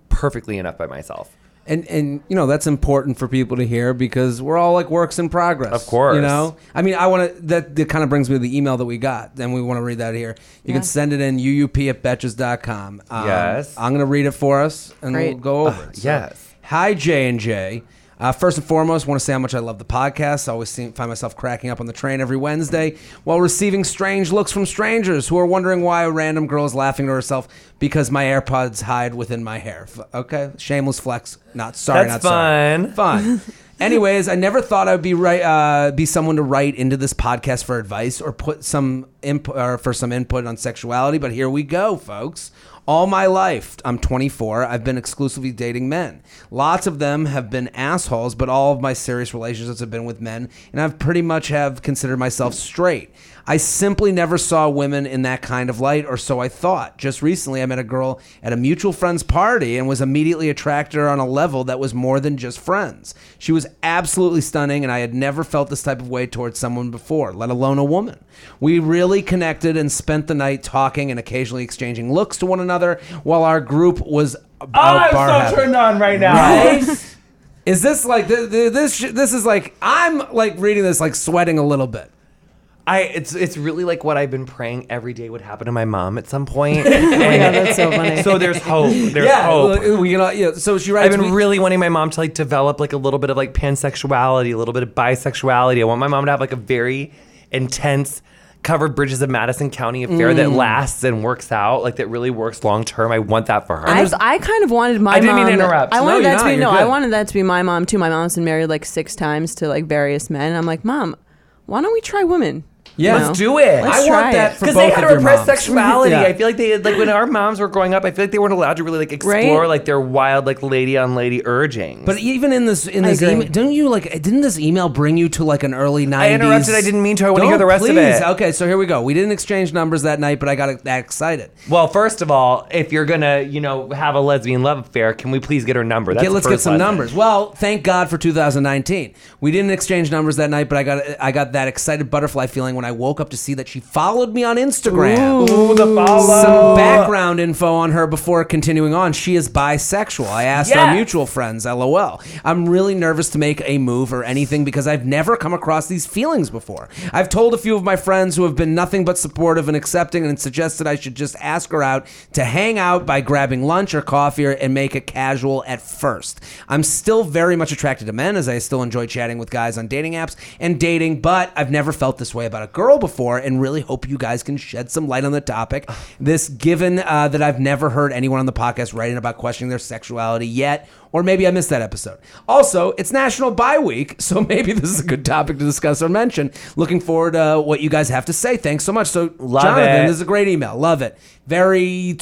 perfectly enough by myself. and and you know that's important for people to hear because we're all like works in progress Of course. you know i mean i want to that, that kind of brings me to the email that we got and we want to read that here you Yeah. can send it in uup at betches.com um, Yes. i'm gonna read it for us and we'll Great. go over it. yes. hi j and j uh, first and foremost, want to say how much I love the podcast. I always seem, find myself cracking up on the train every Wednesday while receiving strange looks from strangers who are wondering why a random girl is laughing to herself because my AirPods hide within my hair. F- okay, shameless flex. Not sorry. That's not sorry. fun. Fun. Anyways, I never thought I'd be right, uh, be someone to write into this podcast for advice or put some input or for some input on sexuality, but here we go, folks. All my life, I'm 24. I've been exclusively dating men. Lots of them have been assholes, but all of my serious relationships have been with men, and I've pretty much have considered myself straight. I simply never saw women in that kind of light, or so I thought. Just recently, I met a girl at a mutual friend's party and was immediately attracted to her on a level that was more than just friends. She was absolutely stunning, and I had never felt this type of way towards someone before, let alone a woman. We really connected and spent the night talking and occasionally exchanging looks to one another while our group was. out bar hopping. on right now. Right? is this like th- th- this? sh- This is like I'm like reading this like sweating a little bit. I it's it's really like what I've been praying every day would happen to my mom at some point. And that's so funny. so there's hope. There's hope. well, we can, all- yeah. So she I've writes. been we- really wanting my mom to like develop like a little bit of like pansexuality, a little bit of bisexuality. I want my mom to have like a very intense covered bridges of Madison County affair that lasts and works out, like that really works long term. I want that for her. I, I kind of wanted my I didn't mean mom. to interrupt. I wanted No, you're that to be not. You're no. I good. wanted that to be my mom too. My mom's been married like six times to like various men. I'm like, mom, why don't we try women? Yeah. You Let's know? do it. Let's I try want that it. for because both they had of to your repress moms. sexuality. Yeah. I feel like they had, like when our moms were growing up, I feel like they weren't allowed to really like explore Right? like their wild like lady on lady urgings. But even in this in I this agree. email, didn't you like? Didn't this email bring you to like an early nineties? interrupted. I didn't mean to. I wanna hear the rest of it. Okay, so here we go. We didn't exchange numbers that night, but I got e, that excited. well, first of all, if you're gonna you know have a lesbian love affair, can we please get her number? That's Get, the let's get first some lesson. numbers. Well, thank God for 2019. We didn't exchange numbers that night, but I got I got that excited butterfly feeling when I woke up to see that she followed me on Instagram. Ooh, the follow. Some background info on her before continuing on. She is bisexual. I asked our Yes. mutual friends, lol. I'm really nervous to make a move or anything because I've never come across these feelings before. I've told a few of my friends who have been nothing but supportive and accepting and suggested I should just ask her out to hang out by grabbing lunch or coffee or, and make it casual at first. I'm still very much attracted to men as I still enjoy chatting with guys on dating apps and dating, but I've never felt this way about a a girl before, and really hope you guys can shed some light on the topic. This, given uh, that I've never heard anyone on the podcast writing about questioning their sexuality yet, or maybe I missed that episode. Also, it's National Bi Week, so maybe this is a good topic to discuss or mention. Looking forward to what you guys have to say. Thanks so much. So, Love Jonathan, it. this is a great email. Love it. Very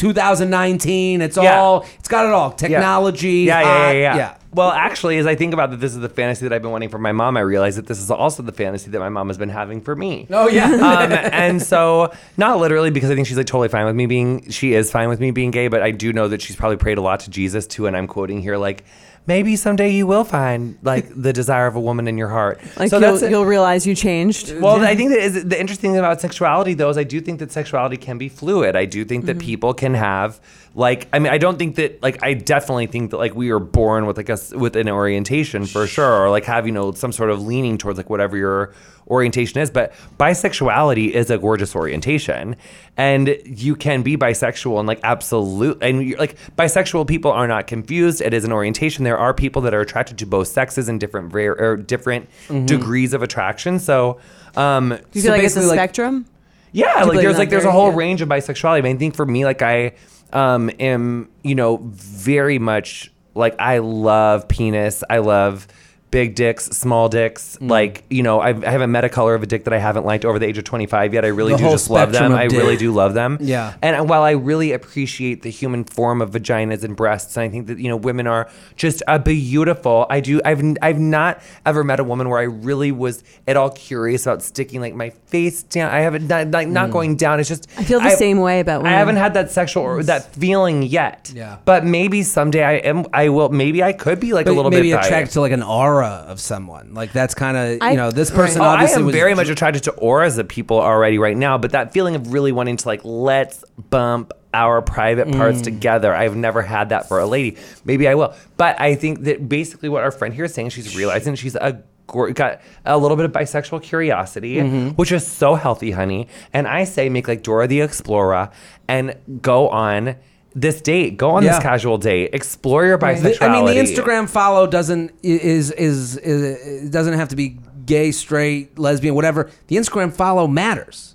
2019. It's Yeah. all. It's got it all. Technology. Yeah, yeah, yeah, hot, Uh, yeah, Well, actually, as I think about that, this is the fantasy that I've been wanting for my mom. I realize that this is also the fantasy that my mom has been having for me. Oh yeah. um, and so not literally because I think she's like totally fine with me being she is fine with me being gay, but I do know that she's probably prayed a lot to Jesus too, and I'm quoting here like maybe someday you will find like the desire of a woman in your heart. Like so you'll, that's you'll realize you changed. well, I think that is the interesting thing about sexuality, though, is I do think that sexuality can be fluid. I do think that people can have, like, I mean, I don't think that, like, I definitely think that, like, we are born with like us with an orientation for sure, or like have you know some sort of leaning towards like whatever your orientation is. But bisexuality is a gorgeous orientation, and you can be bisexual and like absolute, and you're, like bisexual people are not confused. It is an orientation. There are people that are attracted to both sexes and different rare or different degrees of attraction. So. Um, Mm-hmm. You So feel like it's a basically, like- spectrum? yeah, like Particularly there's not like there's a very- whole yeah. range of bisexuality. I mean, I think for me, like I um am, you know, very much like I love penis. I love big dicks, small dicks. Mm. Like, you know, I've, I haven't met a color of a dick that I haven't liked over the age of 25 yet. I really The do whole just love spectrum of them. I really dick. do love them. Yeah. And while I really appreciate the human form of vaginas and breasts, and I think that you know women are just a beautiful. I do. I've I've not ever met a woman where I really was at all curious about sticking like my face down. I haven't not, like not Mm. going down. It's just I feel the same way about I women. haven't had that sexual or that feeling yet. Yeah. But maybe someday I am. I will. Maybe I could be like a little maybe bit bi. attracted to like an aura of someone. Like that's kind of I- you know this person Oh, I obviously am was very much attracted to auras of people already right now, but that feeling of really wanting to like let's bump our private parts Mm. together. I've never had that for a lady. Maybe I will, but I think that basically what our friend here is saying, she's realizing she's a gor- got a little bit of bisexual curiosity, Mm-hmm. which is so healthy, honey. And I say make like Dora the Explorer and go on. This date, go on Yeah. this casual date, explore your bisexuality. The- I mean, the Instagram follow doesn't i- is is, is doesn't have to be gay, straight, lesbian, whatever. The Instagram follow matters.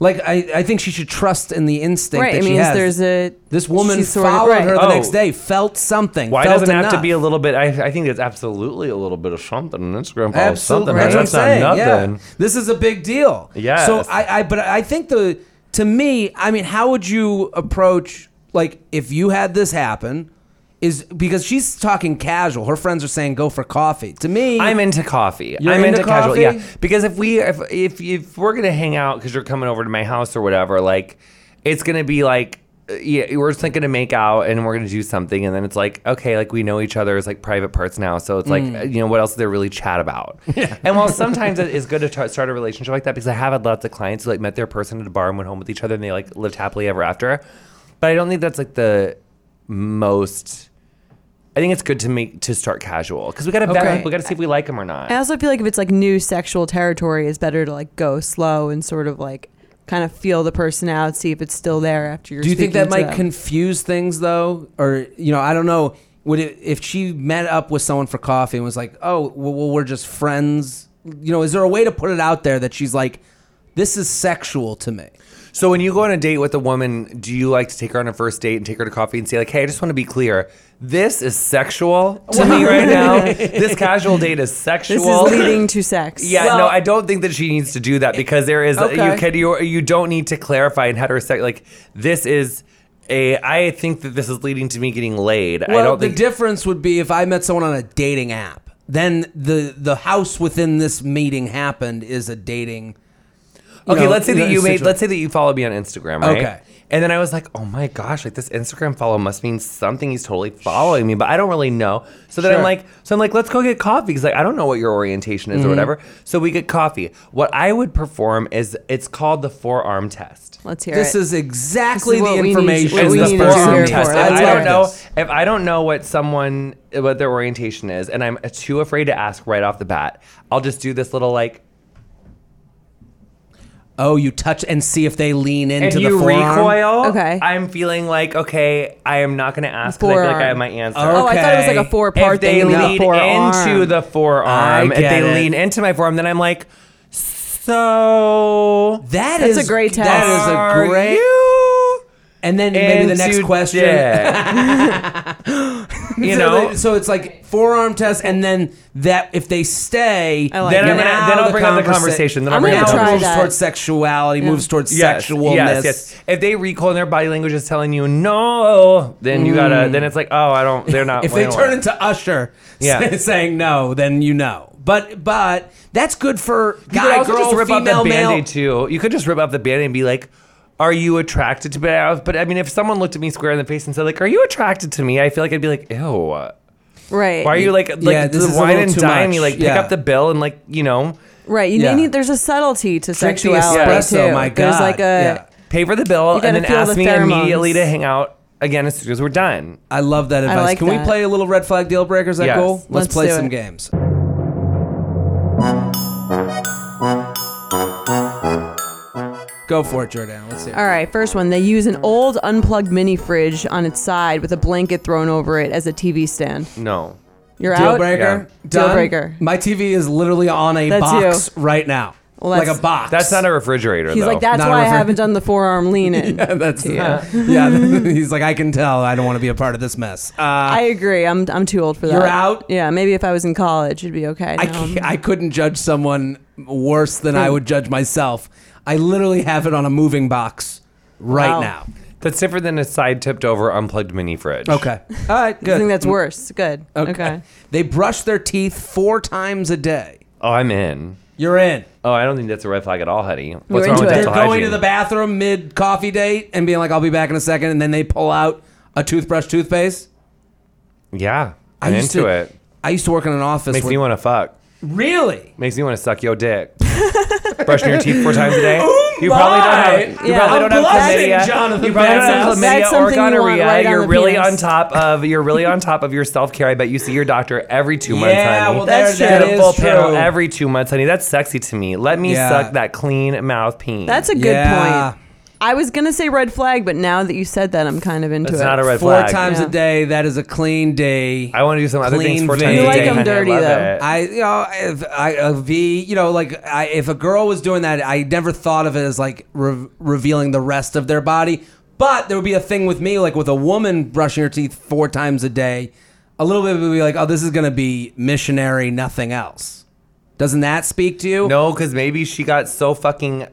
Like I, I think she should trust in the instinct Right. that It she means has. there's a. this woman she's sort of- followed right. her the Oh. next day, felt something. Why felt doesn't it have to enough. be a little bit? I, I think it's absolutely a little bit of something. An Instagram follows Absolutely, something. but Oh, that's, That's, what I'm not saying. nothing. Yeah. This is a big deal. Yes. So I, I, but I think the to me, I mean, how would you approach like if you had this happen? Is because she's talking casual. Her friends are saying go for coffee. To me, I'm into coffee. You're I'm into into, casual. coffee? Yeah, because if we if if, if we're gonna hang out because you're coming over to my house or whatever, like it's gonna be like. uh, Yeah, we're just like gonna make out and we're gonna do something, and then it's like, okay, like we know each other's like private parts now, so it's like, Mm. uh, you know, what else do they really chat about? And while sometimes it is good to t- start a relationship like that, because I have had lots of clients who like met their person at a bar and went home with each other and they like lived happily ever after, but I don't think that's like the most. I think it's good to make to start casual because we gotta vet, Okay. we gotta see if we like them or not. I also feel like if it's like new sexual territory, it's better to like go slow and sort of like kind of feel the person out, see if it's still there after you're. Do you think that speaking to might them. confuse things though, or you know, I don't know. Would it, if she met up with someone for coffee and was like, "Oh, well, well, we're just friends," you know, is there a way to put it out there that she's like, "This is sexual to me"? So when you go on a date with a woman, do you like to take her on a first date and take her to coffee and say like, "Hey, I just want to be clear. This is sexual to me right now. This casual date is this sexual." is leading to sex? Yeah, no, Well- I don't think that she needs to do that because there is Okay. you can you you don't need to clarify in heterosex like this is a I think that this is leading to me getting laid. I Well, don't the think difference would be if I met someone on a dating app, then the the house within this meeting happened is a dating. you Okay, know, let's say that you made. situa- Let's say that you followed me on Instagram, right? Okay. And then I was like, oh my gosh, like this Instagram follow must mean something. He's totally following me, but I don't really know. So then Sure. I'm like, so I'm like, let's go get coffee because like I don't know what your orientation Mm-hmm. is or whatever. So we get coffee. What I would perform is it's called the forearm test. let's hear This it. is exactly what the we need- information. what It's we the need to forearm hear test. for If it. I Let's don't hear know if I don't know what someone what their orientation is, and I'm too afraid to ask right off the bat. I'll just do this little like Oh, you touch and see if they lean into and the you forearm. recoil, Okay. I'm feeling like okay, I am not going to ask. 'cause I feel like I have Forearm. my answer. Oh, I thought it was like okay. a four-part if they thing. not lean forearm. into the I forearm, if get they it. lean into my forearm, then I'm like, So That That's is- a great test. That is a Are great. You, And then maybe the into next question. dick. you So know. they- so it's like forearm test, and then that if they stay, I like Then that. I'm gonna- then I'll bring up the conversa- conversation. Then I'll I'm bring gonna up the try Now it moves that. towards sexuality, moves towards Yes, sexualness. Yes, yes. If they recall and their body language is telling you no, then you gotta. Then it's like, oh, I don't. They're not. Mm. If they I don't turn want it. into Usher, Yeah. saying no, then you know. But but that's good for you could guy, also girl, just rip female, up the male. band-aid too. You could just rip up the band-aid and be like, "Are you attracted to me?" But I mean, if someone looked at me square in the face and said, "Like, are you attracted to me?" I feel like I'd be like, "Ew." Right. Why are you like like Yeah, this the is a wine little and too dime? You much. like pick Yeah. up the bill and like you know Right. You Yeah. need. There's a subtlety to Drink the sexuality espresso, too. my There's God. like a. Yeah. pay for the bill gotta and then feel ask the me pheromones. immediately to hang out again as soon as we're done. I love that advice. like Can we that. play a little red flag deal breaker? Is that Yes. cool? Let's, Let's play do some it. games. Go for it, Jordan. Let's hear. it. All right, first one. They use an old unplugged mini fridge on its side with a blanket thrown over it as a TV stand. No. You're Deal out. breaker. Yeah. Deal Done? breaker. My TV is literally on a That's box right now, Well, like that's- a box. That's not a refrigerator. He's though. like, that's Not a why I refer- haven't done the forearm lean in. That's yeah. yeah. He's like, I can tell. I don't want to be a part of this mess. Um, Uh, I agree. I'm I'm too old for that. You're out? Yeah, maybe if I was in college, it'd be okay. I, No. ca- I couldn't judge someone worse than Hmm. I would judge myself. I literally have it on a moving box right Wow. now. That's different than a side tipped over unplugged mini fridge. Okay. All right. Good. I think that's worse. Good. Okay. They brush their teeth four times a day. Oh, I'm in. You're in. Oh, I don't think that's a red flag at all, honey. What's You're wrong into with it. They're dental going hygiene? to the bathroom mid coffee date and being like, "I'll be back in a second. and then they pull out a toothbrush, toothpaste. Yeah, I'm used into to- it. I used to work in an office. Makes where- me want to fuck. really? Makes me want to suck your dick. Brushing your teeth four times a day. Oh you probably don't have. You Yeah. probably I'm don't have blushing, chlamydia. Jonathan you probably Badass. don't That's have chlamydia or something you want gonorrhea. right on you're the really penis. on top of. You're really on top of your self care. I bet you see your doctor every two months, Yeah. honey. Well, there, That's that Get a is full true. panel every two months, honey. That's sexy to me. Let me Yeah. suck that clean mouth peen. That's a good Yeah. point. I was gonna say red flag, but now that you said that, I'm kind of into That's it. not a red four flag. times Yeah. a day. That is a clean day. I want to do some other Clean things four vein. times You a like day, 'em honey. dirty, I love though. it. I you know if I a V you know like I if a girl was doing that I never thought of it as like re- revealing the rest of their body but there would be a thing with me like with a woman brushing her teeth four times a day a little bit would be like oh this is gonna be missionary nothing else doesn't that speak to you No, because maybe she got so fucking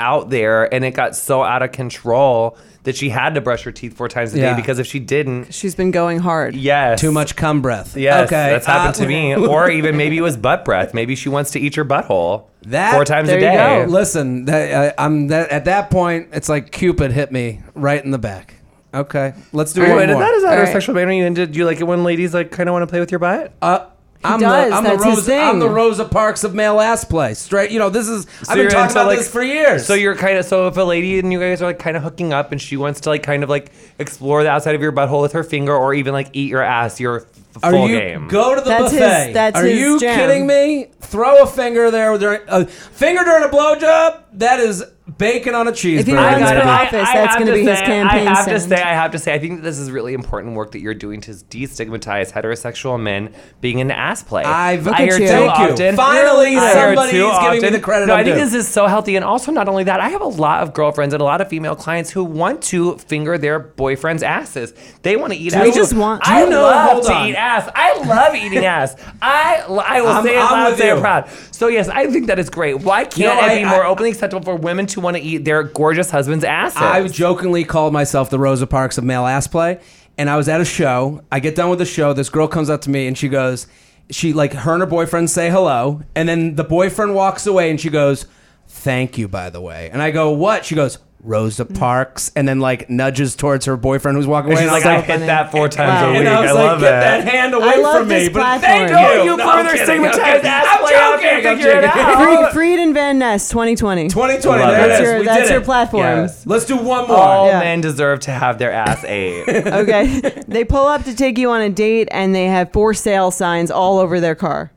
out there and it got so out of control that she had to brush her teeth four times a Yeah. day because if she didn't, She's been going hard. yes. too much cum breath Yes, that's happened uh, to me. Or even maybe it was butt breath. Maybe she wants to eat your butthole That- four times there a you day. go. listen that, I, I'm that, at that point it's like Cupid hit me right in the back okay let's do Wait, one more that is not All a right. sexual boundary. You into- do you like it when ladies like kind of want to play with your butt? Uh, I'm does. the I'm That's the his Rosa I'm thing. the Rosa Parks of male ass play. Straight, you know, this is I've been you're talking into, about like- this for years. So you're kind of so if a lady and you guys are like kind of hooking up and she wants to like kind of like explore the outside of your butthole with her finger or even like eat your ass, you're f- are full you game. go to the That's his- buffet? that's are his you jam. kidding me? Throw a finger there during a finger during a blowjob. That is bacon on a cheeseburger. he runs gotta- for office, that's have gonna to be his say- campaign I have to sound. say, I have to say, I think that this is really important work that you're doing to destigmatize heterosexual men being an ass play. I've- I hear at you. too Thank you. often. Finally, I hear somebody's too giving me often. the credit No, I'm I think due. this is so healthy, and also not only that, I have a lot of girlfriends and a lot of female clients who want to finger their boyfriends' asses. They want to eat. ass. just want- I Do you know- love hold to on. eat ass. I love eating ass. I lo- I will I'm- say it I'm loud, with say you. it proud. So yes, I think that is great. Why can't No, it I- be more I- openly acceptable for women to want to eat their gorgeous husband's asses? I jokingly called myself the Rosa Parks of male ass play, and I was at a show. I get done with the show. This girl comes up to me and she goes, she like her and her boyfriend say hello, and then the boyfriend walks away and she goes, "Thank you, by the way." And I go, "What?" She goes, "Rosa Mm. Parks," and then like nudges towards her boyfriend who's walking away. and she's and like, I I was like, hit that four times Wow. a week. and I was I, like, love "Get that. that hand away I love from me!" this But platform. thank No, you. you No, I'm further kidding. stigmatized ass I'm play. joking. I'll figure I'm it joking. out. Oh! Free, Freed and Van Ness, 2020. 2020. Love There it. That's it is. your We that's did your it. platform. Yes. Let's do one more. All Yeah. men deserve to have their ass ate. Okay. they pull up to take you on a date and they have for sale signs all over their car.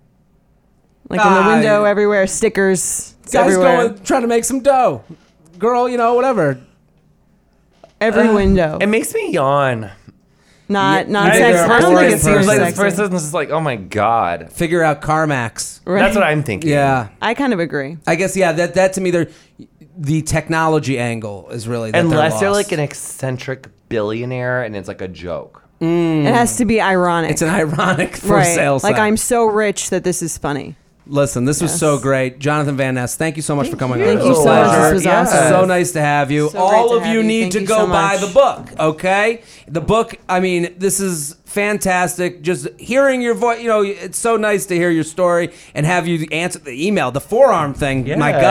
Like in Ah, the window, yeah. everywhere, stickers Guys uh, everywhere. going trying to make some dough. Girl, you know, whatever. every window. it makes me yawn. not Yeah, not I sex. think I don't think it they're seems boring Like, this sexy. person is like, oh my god. Figure out CarMax. Right. That's what I'm thinking. Yeah, I kind of agree. I guess yeah. That that to me, they're the technology angle is really that Unless they're, they're lost. like an eccentric billionaire and it's like a joke. It has to be ironic. Mm. It's an ironic for right. sale. Like sign. I'm so rich that this is funny. Listen, this was so great, Jonathan Van Ness. Thank you so much for coming. on. Thank you so much. This was Yeah. awesome. So nice to have you. So great All to of have you you. need Thank to you go so buy much. the book. Okay, the book. I mean, this is fantastic. Just hearing your voice. You know, it's so nice to hear your story and have you answer the email, the forearm thing. My Yes.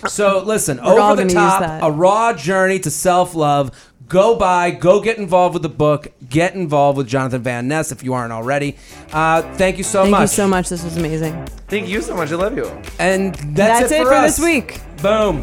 God. So listen, We're all over the gonna use top, that. a raw journey to self love. Go buy, go get involved with the book, get involved with Jonathan Van Ness if you aren't already. Uh, thank you so Thank much. you so much. This was amazing. Thank you so much. I love you. And that's, That's, it for us. this week. Boom.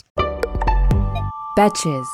Betches.